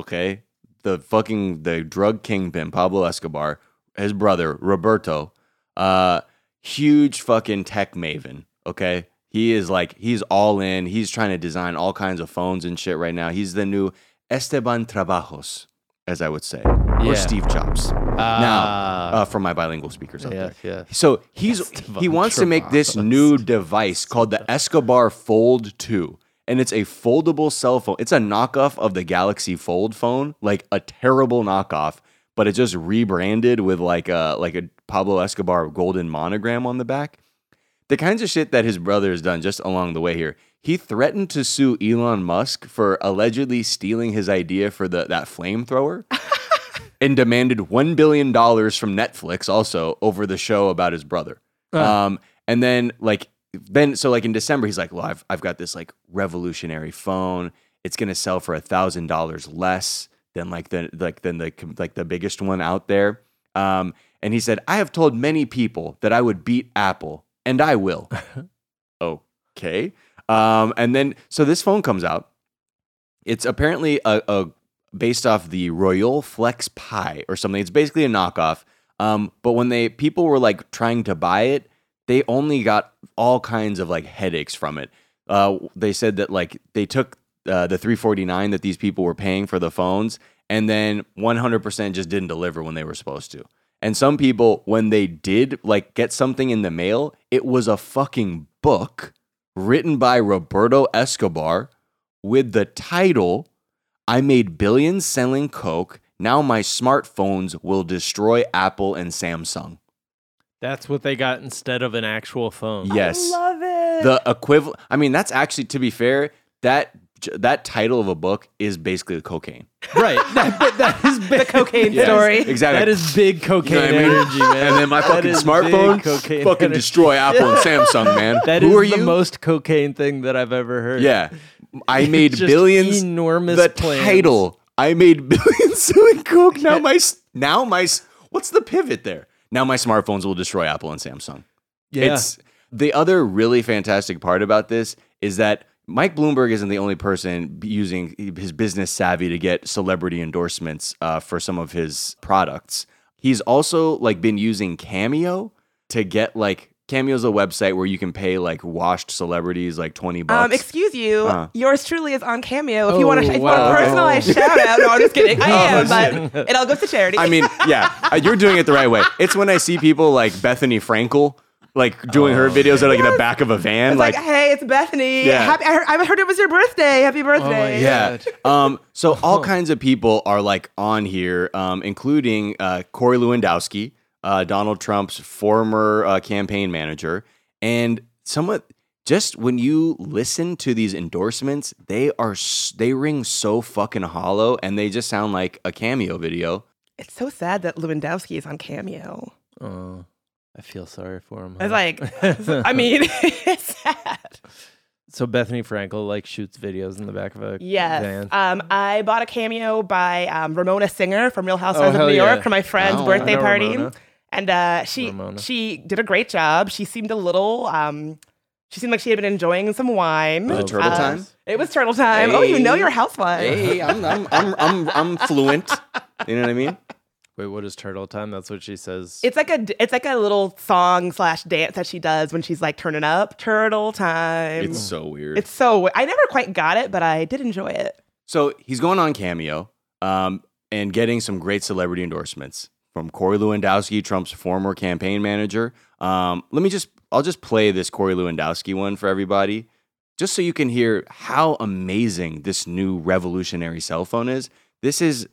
S2: okay? The fucking the drug kingpin, Pablo Escobar, his brother, Roberto, uh, huge fucking tech maven, okay? He is like he's all in. He's trying to design all kinds of phones and shit right now. He's the new Esteban Trabajos, as I would say.
S1: Yeah.
S2: Or Steve Jobs. now,
S1: Ah.
S2: uh, for my bilingual speakers out
S1: Yes,
S2: there.
S1: yes.
S2: So he's he wants to make this new device called the Escobar Fold 2. And it's a foldable cell phone. It's a knockoff of the Galaxy Fold phone, like a terrible knockoff, but it just rebranded with like a like a Pablo Escobar golden monogram on the back. The kinds of shit that his brother has done just along the way here. He threatened to sue Elon Musk for allegedly stealing his idea for the that flamethrower and demanded $1 billion from Netflix also over the show about his brother. Um, and then, like, then, so like in December, he's like, well, I've, I've got this like revolutionary phone. It's going to sell for $1,000 less than like the, like, than the, like the biggest one out there. Um, and he said, I have told many people that I would beat Apple and I will. okay. Um, and then, so this phone comes out. It's apparently a, a based off the Royal Flex Pi or something. It's basically a knockoff. Um, but when they people were like trying to buy it, they only got all kinds of like headaches from it. Uh, they said that like they took uh, the 349 that these people were paying for the phones, and then 100% just didn't deliver when they were supposed to. And some people, when they did like get something in the mail, it was a fucking book written by Roberto Escobar with the title I made billions selling Coke. Now my smartphones will destroy Apple and Samsung.
S1: That's what they got instead of an actual phone.
S2: Yes.
S3: Love it.
S2: The equivalent I mean that's actually to be fair, that that title of a book is basically cocaine.
S1: Right. That, but that is big, the
S3: cocaine Yes, story.
S2: exactly.
S1: That is big cocaine
S2: You know what I mean?
S1: energy, man.
S2: And then my
S1: That
S2: fucking
S1: is
S2: smartphone
S1: big cocaine
S2: fucking
S1: energy.
S2: destroy Apple and Samsung, man.
S1: That is
S2: Who are
S1: the
S2: you?
S1: most cocaine thing that I've ever heard.
S2: yeah. I made
S1: Just
S2: billions
S1: enormous
S2: the
S1: plans.
S2: title. I made billions selling Coke. Now my s- now my s- what's the pivot there? Now my smartphones will destroy Apple and Samsung.
S1: Yeah.
S2: It's the other really fantastic part about this is that Mike Bloomberg isn't the only person using his business savvy to get celebrity endorsements uh, for some of his products. He's also like been using Cameo to get like Cameo's a website where you can pay like washed celebrities like twenty bucks.
S3: Um, excuse you.
S2: Uh.
S3: yours truly is on Cameo. If
S1: Oh,
S3: you want to, if you want
S1: wow.
S3: a
S1: Okay.
S3: personalized shout out, no, I'm just kidding. I am, but it all goes to charity.
S2: I mean, yeah, uh, you're doing it the right way. It's when I see people like Bethany Frankel like doing her videos that are like in the back of a van,
S3: Oh, it's like, hey, it's Bethany.
S2: Yeah.
S3: Happy, I, heard, I heard it was your birthday.
S1: Oh,
S3: Happy birthday.
S2: yeah. Um, so all kinds of people are like on here, um, including uh, Corey Lewandowski, uh, Donald Trump's former uh, campaign manager, and somewhat. Just when you listen to these endorsements, they are s- they ring so fucking hollow, and they just sound like a cameo video.
S3: It's so sad that Lewandowski is on Cameo.
S1: Oh, I feel sorry for him.
S3: It's
S1: huh?
S3: like, I mean, it's sad.
S1: so Bethany Frankel like shoots videos in the back of a
S3: Yes.
S1: van.
S3: Um, I bought a cameo by um, Ramona Singer from Real Housewives
S1: Oh,
S3: of
S1: hell
S3: New
S1: yeah.
S3: York for my friend's
S2: Oh, I
S3: birthday
S1: know
S3: party.
S1: Ramona.
S3: And uh, she
S1: Ramona.
S3: she did a great job. She seemed a little. Um, she seemed like she had been enjoying some wine.
S2: Was it turtle
S3: Uh,
S2: time?
S3: It was turtle time. Oh, you know
S2: Hey.
S3: your housewife.
S2: Hey, I'm, I'm, I'm, I'm, I'm fluent. You know what I mean?
S1: Wait, what is turtle time? That's what she says.
S3: It's like a it's like a little song slash dance that she does when she's like turning up. Turtle time.
S2: It's so weird.
S3: It's so I never quite got it, but I did enjoy it.
S2: So he's going on Cameo um, and getting some great celebrity endorsements from Corey Lewandowski, Trump's former campaign manager. Um, let me just, I'll just play this Corey Lewandowski one for everybody, just so you can hear how amazing this new revolutionary cell phone is. This is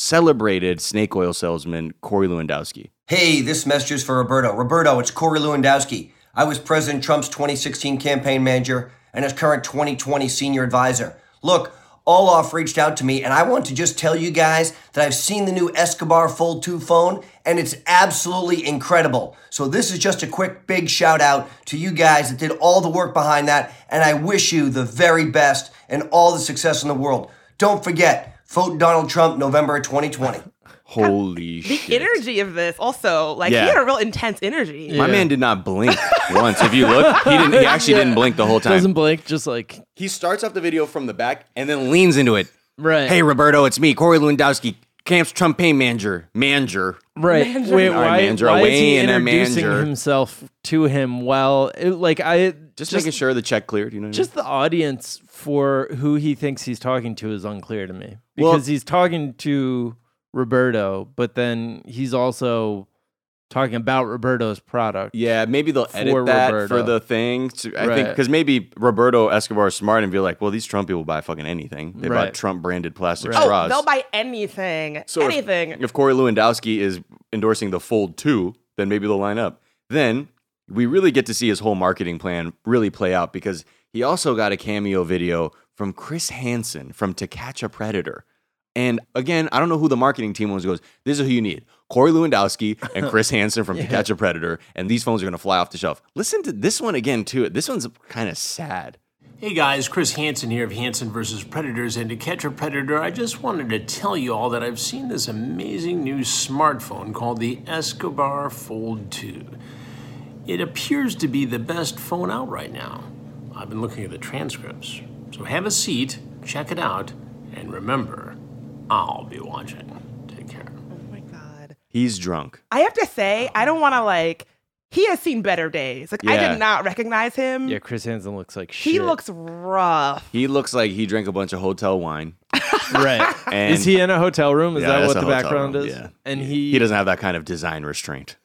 S2: celebrated snake oil salesman Corey Lewandowski.
S4: Hey, this message's for Roberto. Roberto, it's Corey Lewandowski. I was President Trump's 2016 campaign manager and his current 2020 senior advisor. Look, Olaf reached out to me, and I want to just tell you guys that I've seen the new Escobar Fold 2 phone, and it's absolutely incredible. So, this is just a quick big shout out to you guys that did all the work behind that, and I wish you the very best and all the success in the world. Don't forget, vote Donald Trump November 2020.
S2: Holy
S3: The
S2: shit.
S3: energy of this also, like
S2: Yeah.
S3: he had a real intense energy.
S2: My man did not blink once. If you look, he didn't. He actually didn't blink the whole time.
S1: Doesn't blink, just like
S2: he starts off the video from the back and then leans into it.
S1: right.
S2: Hey, Roberto, it's me, Corey Lewandowski, Camp's Trump pain manager. Manager.
S1: Right. Wait,
S2: All right,
S1: why,
S2: manager,
S1: why
S2: away
S1: is he
S2: in a
S1: introducing
S2: manager.
S1: himself to him while, it, like, I
S2: Just, making sure the check cleared. You know, what I
S1: just the audience for who he thinks he's talking to is unclear to me because
S2: Well-
S1: he's talking to Roberto, but then he's also talking about Roberto's product.
S2: mean? yeah, maybe they'll
S1: For
S2: edit that for
S1: Roberto.
S2: the thing. To, I think
S1: Right.
S2: because maybe Roberto Escobar is smart and be like, well, these Trump people buy fucking anything. They
S1: Right.
S2: bought Trump branded plastic
S1: Right.
S3: Oh,
S2: straws.
S3: they'll buy anything.
S2: So if-
S3: anything.
S2: If, Corey Lewandowski is endorsing the Fold 2, then maybe they'll line up. Then we really get to see his whole marketing plan really play out because he also got a cameo video from Chris Hansen from To Catch a Predator. And again, I don't know who the marketing team was goes, this is who you need. Corey Lewandowski and Chris Hansen from To Catch a Predator, and these phones are gonna fly off the shelf. Listen to this one again too. This one's kind of sad.
S5: Hey guys, Chris Hansen here of Hansen vs. Predators, and to catch a predator, I just wanted to tell you all that I've seen this amazing new smartphone called the Escobar Fold 2. It appears to be the best phone out right now. I've been looking at the transcripts. So have a seat, check it out, and remember, I'll be watching. Take care.
S3: oh my god.
S2: He's drunk.
S3: I have to say, I don't want to like. He has seen better days. Like I
S2: Yeah.
S3: did not recognize him.
S1: Yeah, Chris Hansen looks like shit.
S3: he looks rough.
S2: He looks like he drank a bunch of hotel wine.
S1: right.
S2: And
S1: is he in a hotel room? Is
S2: Yeah,
S1: that
S2: that's
S1: what the
S2: a hotel
S1: background
S2: room,
S1: is?
S2: yeah.
S1: And he
S2: He doesn't have that kind of design restraint.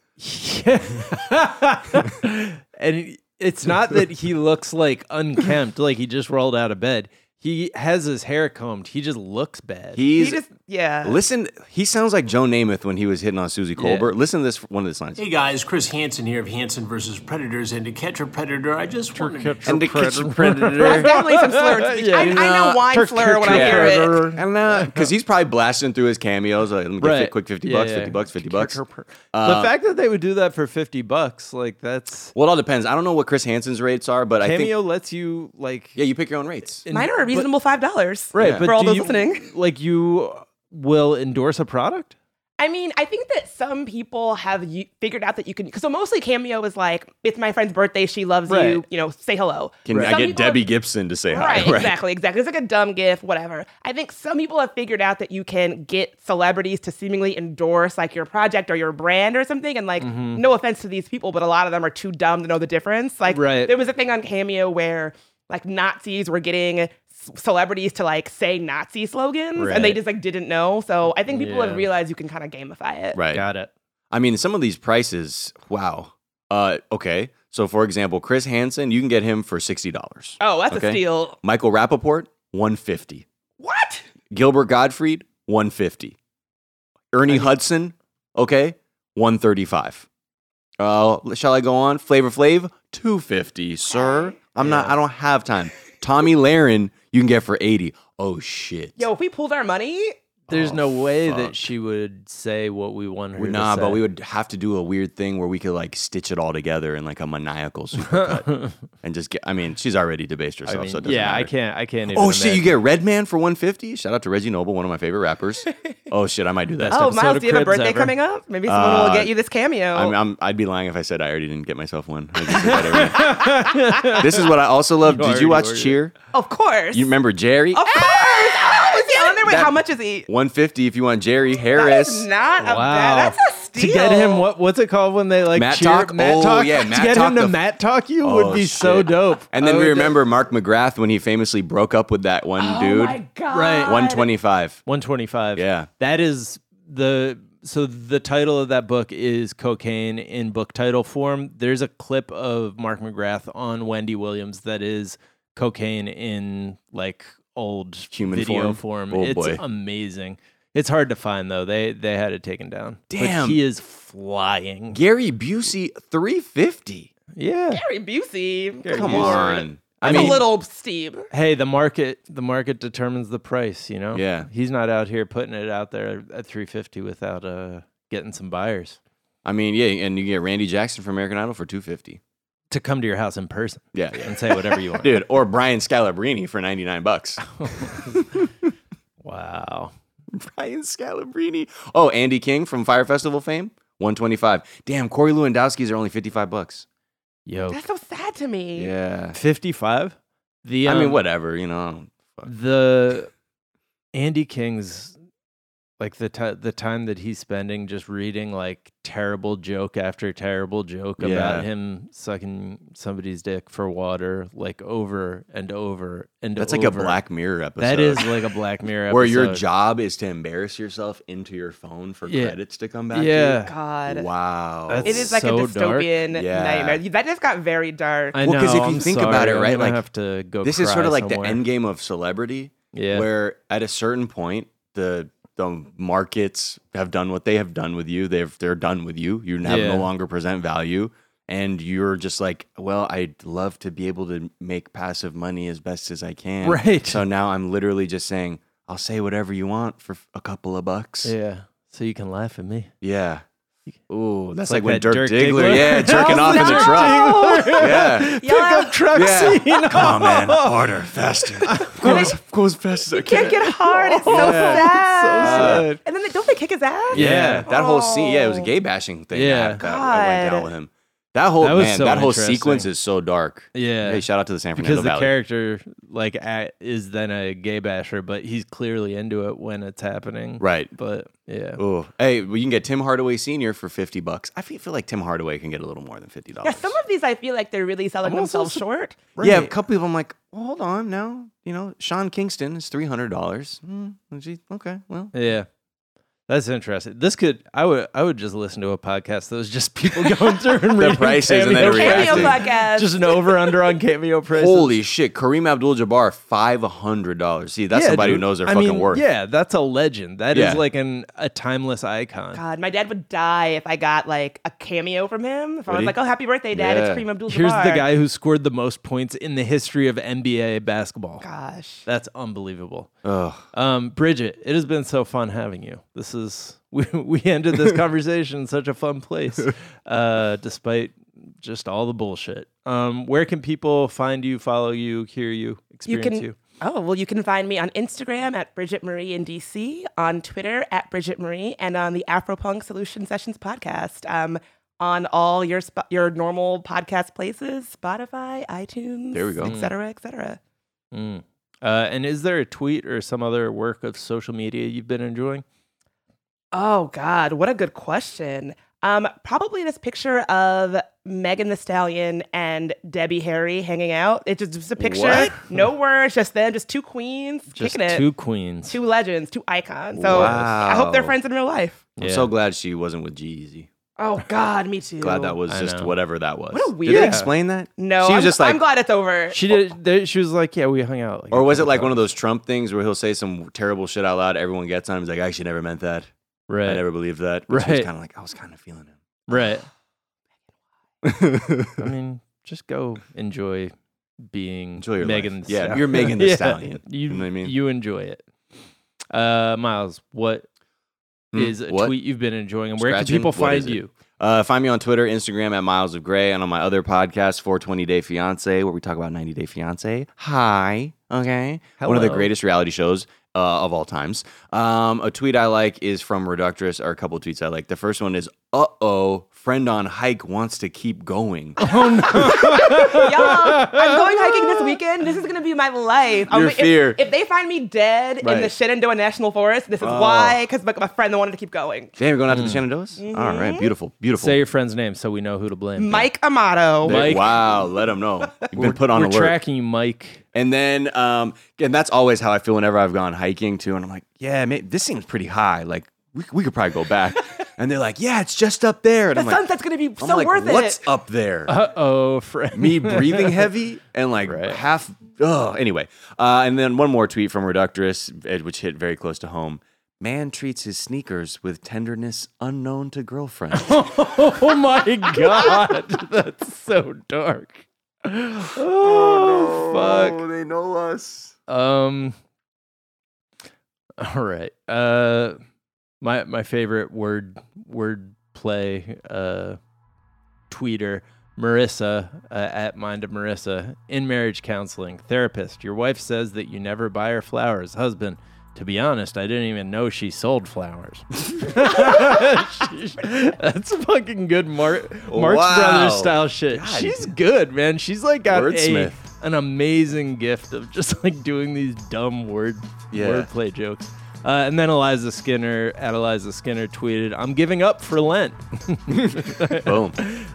S1: and it's not that he looks like unkempt, like he just rolled out of bed. He has his hair combed. He just looks bad.
S2: He's
S3: he just uh, yeah.
S2: listen. He sounds like Joe Namath when he was hitting on Susie Colbert. Listen to this one of these lines.
S5: Hey guys, Chris Hansen here of Hansen vs. Predators, and to catch a predator, I just wanted to
S2: And to catch a
S3: There's
S2: predator.
S3: definitely some slur. To
S1: Yeah,
S3: I,
S1: you
S3: I
S2: know,
S3: know wine
S1: Turk-
S3: slur when I
S2: yeah.
S3: hear it.
S2: And because he's probably blasting through his cameos. Like, let me get fi- quick fifty
S1: Yeah,
S2: bucks,
S1: yeah.
S2: fifty bucks, fifty bucks. Um,
S1: the fact that they would do that for fifty bucks, like that's
S2: Well, it all depends. I don't know what Chris Hansen's rates are, but I
S1: cameo
S2: think
S1: lets you like
S2: yeah, you pick your own rates.
S1: in-
S3: Mine are a reasonable five dollars.
S1: but, right,
S2: Yeah.
S1: but
S3: for all
S1: do
S3: those
S1: you-
S3: listening.
S1: Like you will endorse a product.
S3: I mean, I think that some people have you, figured out that you can. Because so mostly cameo is like, it's my friend's birthday. She loves
S1: Right.
S3: you. You know, say hello.
S2: Can I
S3: Some
S2: get
S3: people
S2: Debbie
S3: have-
S2: Gibson to say hi?
S3: Right, exactly, exactly. It's like a dumb gift, whatever. I think some people have figured out that you can get celebrities to seemingly endorse like your project or your brand or something. And like,
S1: Mm-hmm.
S3: no offense to these people, but a lot of them are too dumb to know the difference. Like,
S1: Right.
S3: there was a thing on Cameo where like Nazis were getting c- celebrities to like say Nazi slogans, and they
S1: Right.
S3: just like didn't know. So I think people
S1: Yeah.
S3: have realized you can kind of gamify it.
S2: Right.
S1: Got it.
S2: I mean, some of these prices. Wow. Uh, okay. So, for example, Chris Hansen, you can get him for sixty dollars.
S3: Oh, that's
S2: Okay.
S3: a steal.
S2: Michael Rappaport, one fifty.
S3: What?
S2: Gilbert Gottfried, 150. Ernie Hudson, okay, 135. Uh, shall I go on? Flavor Flav, 250, sir. I'm not, I don't have time. Tommy Laren, you can get for 80. Oh, shit.
S3: Yo, if we pulled our money,
S1: There's
S2: Oh,
S1: no way that she would say what we want her to
S2: Nah,
S1: say.
S2: but we would have to do a weird thing where we could like stitch it all together in like a maniacal supercut and just get. I mean, she's already debased herself,
S1: I mean,
S2: so it doesn't
S1: yeah, I
S2: matter.
S1: can't. I can't. Even
S2: Oh shit! You
S1: imagine.
S2: get Red Man for 150. Shout out to Reggie Noble, one of my favorite rappers. oh shit, I might do that.
S1: Best
S3: Oh,
S1: episode
S3: Miles,
S1: of
S3: do you have a
S1: Cribs
S3: birthday
S1: ever. Uh,
S3: coming up? Maybe someone will get you this cameo.
S2: I'm, I'm, I'd be lying if I said I already didn't get myself one. I just did that every- this is what I also love. Did
S1: already
S2: you watch
S1: ordered it.
S2: Cheer?
S3: of course.
S2: You remember Jerry?
S3: Of course. Oh, is he on there? Wait,
S2: That-
S3: how much is he?
S2: 150 if you want Jerry Harris.
S3: That is not
S1: Wow,
S3: a bad. That's a steal.
S1: To get him, what what's it called when they like
S2: Matt
S1: cheer,
S2: Talk?
S1: Matt
S2: Oh,
S1: talk?
S2: yeah,
S1: to
S2: Matt
S1: get
S2: Talk
S1: him to
S2: the-
S1: Matt talk you would
S2: Oh,
S1: be so
S2: shit.
S1: dope. Oh
S2: And then
S1: I
S2: we
S1: would-
S2: remember Mark McGrath when he famously broke up with that one dude.
S1: right
S2: 125.
S1: 125.
S2: Yeah.
S1: That is the so the title of that book is Cocaine in book title form. There's a clip of Mark McGrath on Wendy Williams that is cocaine in like old
S2: Human
S1: video
S2: form?
S1: form.
S2: Oh,
S1: it's
S2: boy.
S1: amazing. It's hard to find though. They they had it taken down.
S2: Damn.
S1: But he is flying.
S2: Gary Busey 350.
S1: Yeah.
S3: Gary Busey.
S2: Come
S3: Lord.
S2: on. I
S3: That's
S2: mean, Oh.
S3: a little steep.
S1: Hey, the market the market determines the price, you know?
S2: Yeah.
S1: He's not out here putting it out there at 350 without uh getting some buyers.
S2: I mean, yeah, and you get Randy Jackson from American Idol for 250.
S1: to come to your house in person
S2: Yeah, yeah.
S1: and say whatever you want.
S2: Dude, or Brian Scalabrini for 99 bucks.
S1: wow.
S2: Brian Scalabrini. Oh, Andy King from Fire Festival fame, 125. Damn, Corey Lewandowski's are only 55 bucks.
S1: Yo,
S3: That's so sad to me.
S2: Yeah.
S1: 55? The
S2: I mean,
S1: um,
S2: whatever, you know.
S1: The Andy King's like the ti the time that he's spending just reading like terrible joke after terrible joke
S2: Yeah.
S1: about him sucking somebody's dick for water like over and over and
S2: That's like
S1: over.
S2: a Black Mirror episode.
S1: That is like a Black Mirror
S2: where your
S1: episode.
S2: job is to embarrass yourself into your phone for
S1: Yeah.
S2: credits to come back. to
S1: Yeah.
S3: God.
S2: you? Wow.
S1: That's-
S3: It is like
S1: So
S3: a
S1: dark.
S3: dystopian
S2: Yeah.
S3: nightmare. That just got very dark.
S1: I
S2: Well, 'cause
S1: know,
S2: if you
S1: I'm
S2: think about it,
S1: sorry, I'm
S2: right,
S1: gonna
S2: like,
S1: have to go
S2: this is sort
S1: cry
S2: of like
S1: somewhere.
S2: the end game of celebrity,
S1: Yeah.
S2: where at a certain point the the markets have done what they have done with you. They've they're done with you. You have
S1: Yeah.
S2: no longer present value. And you're just like, well, I'd love to be able to make passive money as best as I can.
S1: Right.
S2: So now I'm literally just saying, I'll say whatever you want for a couple of bucks.
S1: Yeah. So you can laugh at me.
S2: Yeah. Ooh, that's like,
S1: like
S2: when
S1: that
S2: Dirk,
S1: Dirk
S2: Diggler,
S1: Diggler.
S2: yeah, jerking off in the truck. Yeah.
S3: Oh, Y'all
S1: Pickup truck
S2: Yeah.
S1: scene.
S2: Come on, man. Harder, faster. Of course, of course, Uh, fast as I
S3: can't get hard. It's so sad.
S1: sad.
S3: And then they, don't they kick his ass?
S2: Yeah,
S1: Yeah.
S2: that whole scene. Yeah, it was a gay bashing thing.
S1: Yeah.
S2: that, that went down
S3: Oh. God.
S2: with him. That whole
S1: That was
S2: man,
S1: so
S2: that whole
S1: interesting.
S2: sequence is so dark.
S1: Yeah.
S2: Hey, shout out to the San Fernando
S1: because the
S2: Valley.
S1: character like a is then a gay basher, but he's clearly into it when it's happening.
S2: Right.
S1: But yeah.
S2: Oh, hey, well, you can get Tim Hardaway Senior for fifty bucks. I feel, feel like Tim Hardaway can get a little more than fifty
S3: Yeah,
S2: dollars.
S3: some of these I feel like they're really selling
S2: I'm also
S3: themselves
S2: su-
S3: short.
S2: Yeah, a couple of them like, well, hold on, now you know Sean Kingston is three hundred dollars. Hmm, okay, well,
S1: Yeah. That's interesting. This could I would I would just listen to a podcast that was just people going through and reading
S2: prices and then
S1: cameo
S2: reacting.
S3: Cameo
S1: prices.
S3: podcast.
S1: Just an over under on cameo prices.
S2: Holy shit, Kareem Abdul-Jabbar, five hundred dollars. See, that's
S1: Yeah,
S2: somebody
S1: dude.
S2: who knows their
S1: I
S2: fucking
S1: mean,
S2: worth.
S1: Yeah, that's a legend. That is
S2: Yeah.
S1: like an a timeless icon.
S3: God, Uh, my dad would die if I got like a cameo from him. If I
S2: Would
S3: was
S2: he?
S3: like, "Oh, happy birthday, Dad!
S2: Yeah.
S3: It's Kareem Abdul-Jabbar."
S1: Here's the guy who scored the most points in the history of NBA basketball.
S3: Gosh,
S1: That's unbelievable.
S2: Ugh.
S1: Um, Bridget, it has been so fun having you. This is we we ended this conversation in such a fun place, uh, despite just all the bullshit. Um, where can people find you, follow you, hear you,
S3: you
S1: experience
S3: can.
S1: you?
S3: Oh well, you can find me on Instagram at Bridget Marie in DC, on Twitter at Bridget Marie, and on the Afropunk Solution Sessions podcast. Um, on all your sp- your normal podcast places, Spotify, iTunes,
S2: There we go.
S3: et cetera, et cetera.
S1: Mm. Uh, and is there a tweet or some other work of social media you've been enjoying?
S3: Oh God, what a good question. Um, probably this picture of Megan the Stallion and Debbie Harry hanging out. It's just, just a picture,
S2: What?
S3: no words, just them, just two queens
S1: Just
S3: kicking
S1: two
S3: it,
S1: queens.
S3: two legends, two icons. So
S2: Wow.
S3: I hope they're friends in real life.
S2: I'm
S1: Yeah.
S2: so glad she wasn't with E Jeezy.
S3: Oh God, me too.
S2: Glad that was
S1: I
S2: just
S1: know.
S2: whatever that was.
S3: What a
S2: Did
S3: weird-
S2: they explain that?
S3: No,
S2: she was
S3: I'm,
S2: just like,
S3: I'm glad it's over.
S1: She did. They, she was like, "Yeah, we hung out."
S2: or was it like one of those Trump things where he'll say some terrible shit out loud, everyone gets on him, he's like, I actually never meant that.
S1: Right.
S2: I never believed that. But She was
S1: Right.
S2: kind of like, I was kind of feeling him.
S1: Right. I mean, just go enjoy being
S2: Enjoy your
S1: Megan.
S2: life.
S1: the
S2: Yeah,
S1: Stallion.
S2: you're Megan the
S1: Yeah,
S2: Stallion.
S1: You,
S2: You know what I mean?
S1: You enjoy it. Uh, Miles, what is a
S2: Hmm, what?
S1: tweet you've been enjoying, and where
S2: Scratching?
S1: can people
S2: What is
S1: find
S2: it?
S1: you?
S2: Uh, find me on Twitter, Instagram at Miles of Gray, and on my other podcast, 420 Day Fiance, where we talk about 90 Day Fiance. Hi, okay, one of the
S1: Hello.
S2: greatest reality shows uh, of all times. Um, a tweet I like is from Reductress, or a couple tweets I like. The first one is, "Uh oh, friend on hike wants to keep going."
S1: Uh-huh.
S3: Y'all, I'm going hiking this weekend. This is gonna be my life. I'm
S2: Your
S3: if-
S2: fear.
S3: If, they find me dead in the
S2: Right. Oh.
S3: Shenandoah National Forest, this is why. Because my, my friend wanted to keep going.
S2: Damn, you're going out to the Shenandoahs? All right, beautiful, beautiful.
S1: Hmm. Say your friend's name so we know who to blame.
S3: Mike Amato.
S2: Hey,
S1: Mike.
S2: Wow, let them know. You've been put on
S1: We're
S2: alert.
S1: tracking you, Mike.
S2: And then, um, and that's always how I feel whenever I've gone hiking too. And I'm like, yeah, man, this seems pretty high. Like, we, we could probably go back. and they're like, yeah, it's just up there. And
S3: The
S2: I'm like,
S3: sunset's gonna be
S2: I'm
S3: so
S2: like,
S3: worth
S2: what's
S3: it.
S2: up there?
S1: Uh oh, friend.
S2: Me breathing heavy and like half. Oh, anyway. Uh, and then one more tweet from Reductress, eh, which hit very close to home. Man treats his sneakers with tenderness unknown to girlfriends.
S1: Oh my god, that's so dark. Oh, fuck.
S2: they know us.
S1: Um. All right. Uh, my my favorite word word play uh, tweeter Marissa uh, at Mind of Marissa in marriage counseling therapist. Your wife says that you never buy her flowers. Husband. To be honest, I didn't even know she sold flowers. That's fucking good, Mar- Marx
S2: Wow.
S1: Brothers style shit. She's good, man. She's like got a,
S2: Wordsmith.
S1: an amazing gift of just like doing these dumb word
S2: Yeah.
S1: wordplay jokes. Uh, and then Eliza Skinner, at Eliza Skinner, tweeted, "I'm giving up for Lent."
S2: Boom.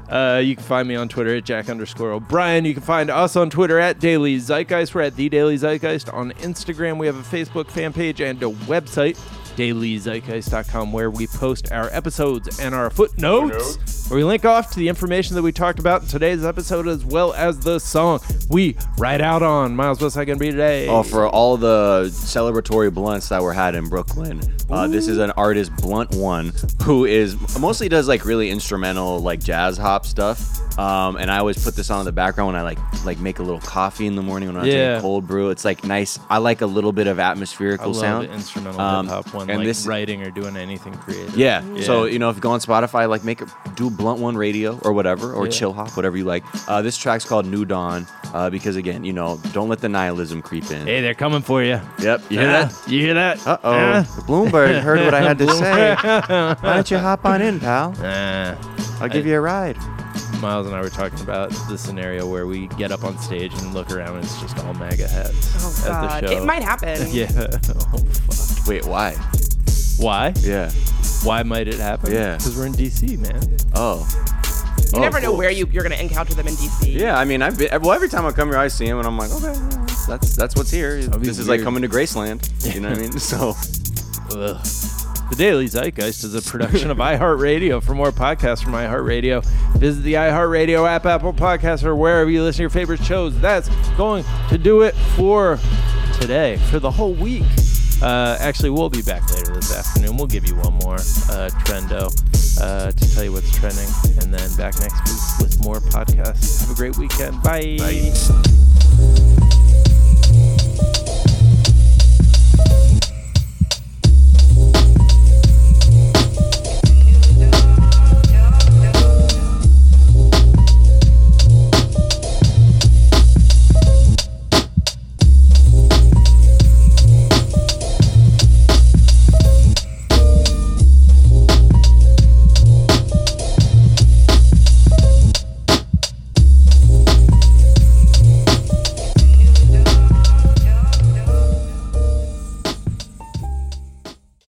S1: Uh, you can find me on Twitter at Jack underscore O'Brien. You can find us on Twitter at Daily Zeitgeist. We're at The Daily Zeitgeist. On Instagram, we have a Facebook fan page and a website, dailyzeitgeist.com, where we post our episodes and our footnotes, where we link off to the information that we talked about in today's episode as well as the song we ride out on. Miles, what's I going to be today?
S2: Oh, for all the celebratory blunts that were had in Brooklyn, uh, this is an artist, Blunt One, who is mostly does like really instrumental, like jazz hop stuff. Um, and I always put this on in the background when I like like make a little coffee in the morning when I'm
S1: Yeah.
S2: taking cold brew. It's like nice. I like a little bit of
S1: I
S2: atmospherical
S1: love
S2: sound.
S1: the instrumental
S2: Um,
S1: hip hop one,
S2: and
S1: like
S2: this-
S1: writing or doing anything creative.
S2: Yeah.
S1: Yeah.
S2: So you know, if you go on Spotify, like make it do Blunt One Radio or whatever, or
S1: Yeah.
S2: Chill Hop, whatever you like. Uh, this track's called New Dawn uh, because again, you know, don't let the nihilism creep in.
S1: Hey, they're coming for you.
S2: Yep. You hear
S1: Huh?
S2: that?
S1: You hear that?
S2: Uh oh.
S1: Huh?
S2: Bloomberg heard what I had to say. Why don't you hop on in, pal?
S1: Uh,
S2: I'll give you a ride.
S1: Miles and I were talking about the scenario where we get up on stage and look around and it's just all MAGA hats
S3: Oh
S1: at
S3: God,
S1: the show.
S3: it might happen.
S1: Yeah. Oh, fuck.
S2: Wait, why?
S1: Why?
S2: Yeah.
S1: Why might it happen?
S2: Yeah.
S1: Because we're in DC, man.
S2: Oh.
S3: You never know where you, you're gonna encounter them in DC.
S2: Yeah, I mean, I've been, well, every time I come here, I see him, and I'm like, okay, that's that's what's here.
S1: be
S2: This is like
S1: weird.
S2: coming to Graceland. You know what I mean? So,
S1: Ugh. The Daily Zeitgeist is a production of iHeartRadio. For more podcasts from iHeartRadio, visit the iHeartRadio app, Apple Podcasts, or wherever you listen to your favorite shows. That's going to do it for today, for the whole week. Uh, actually, we'll be back later this afternoon. We'll give you one more uh, trendo uh, to tell you what's trending, and then back next week with more podcasts. Have a great weekend. Bye.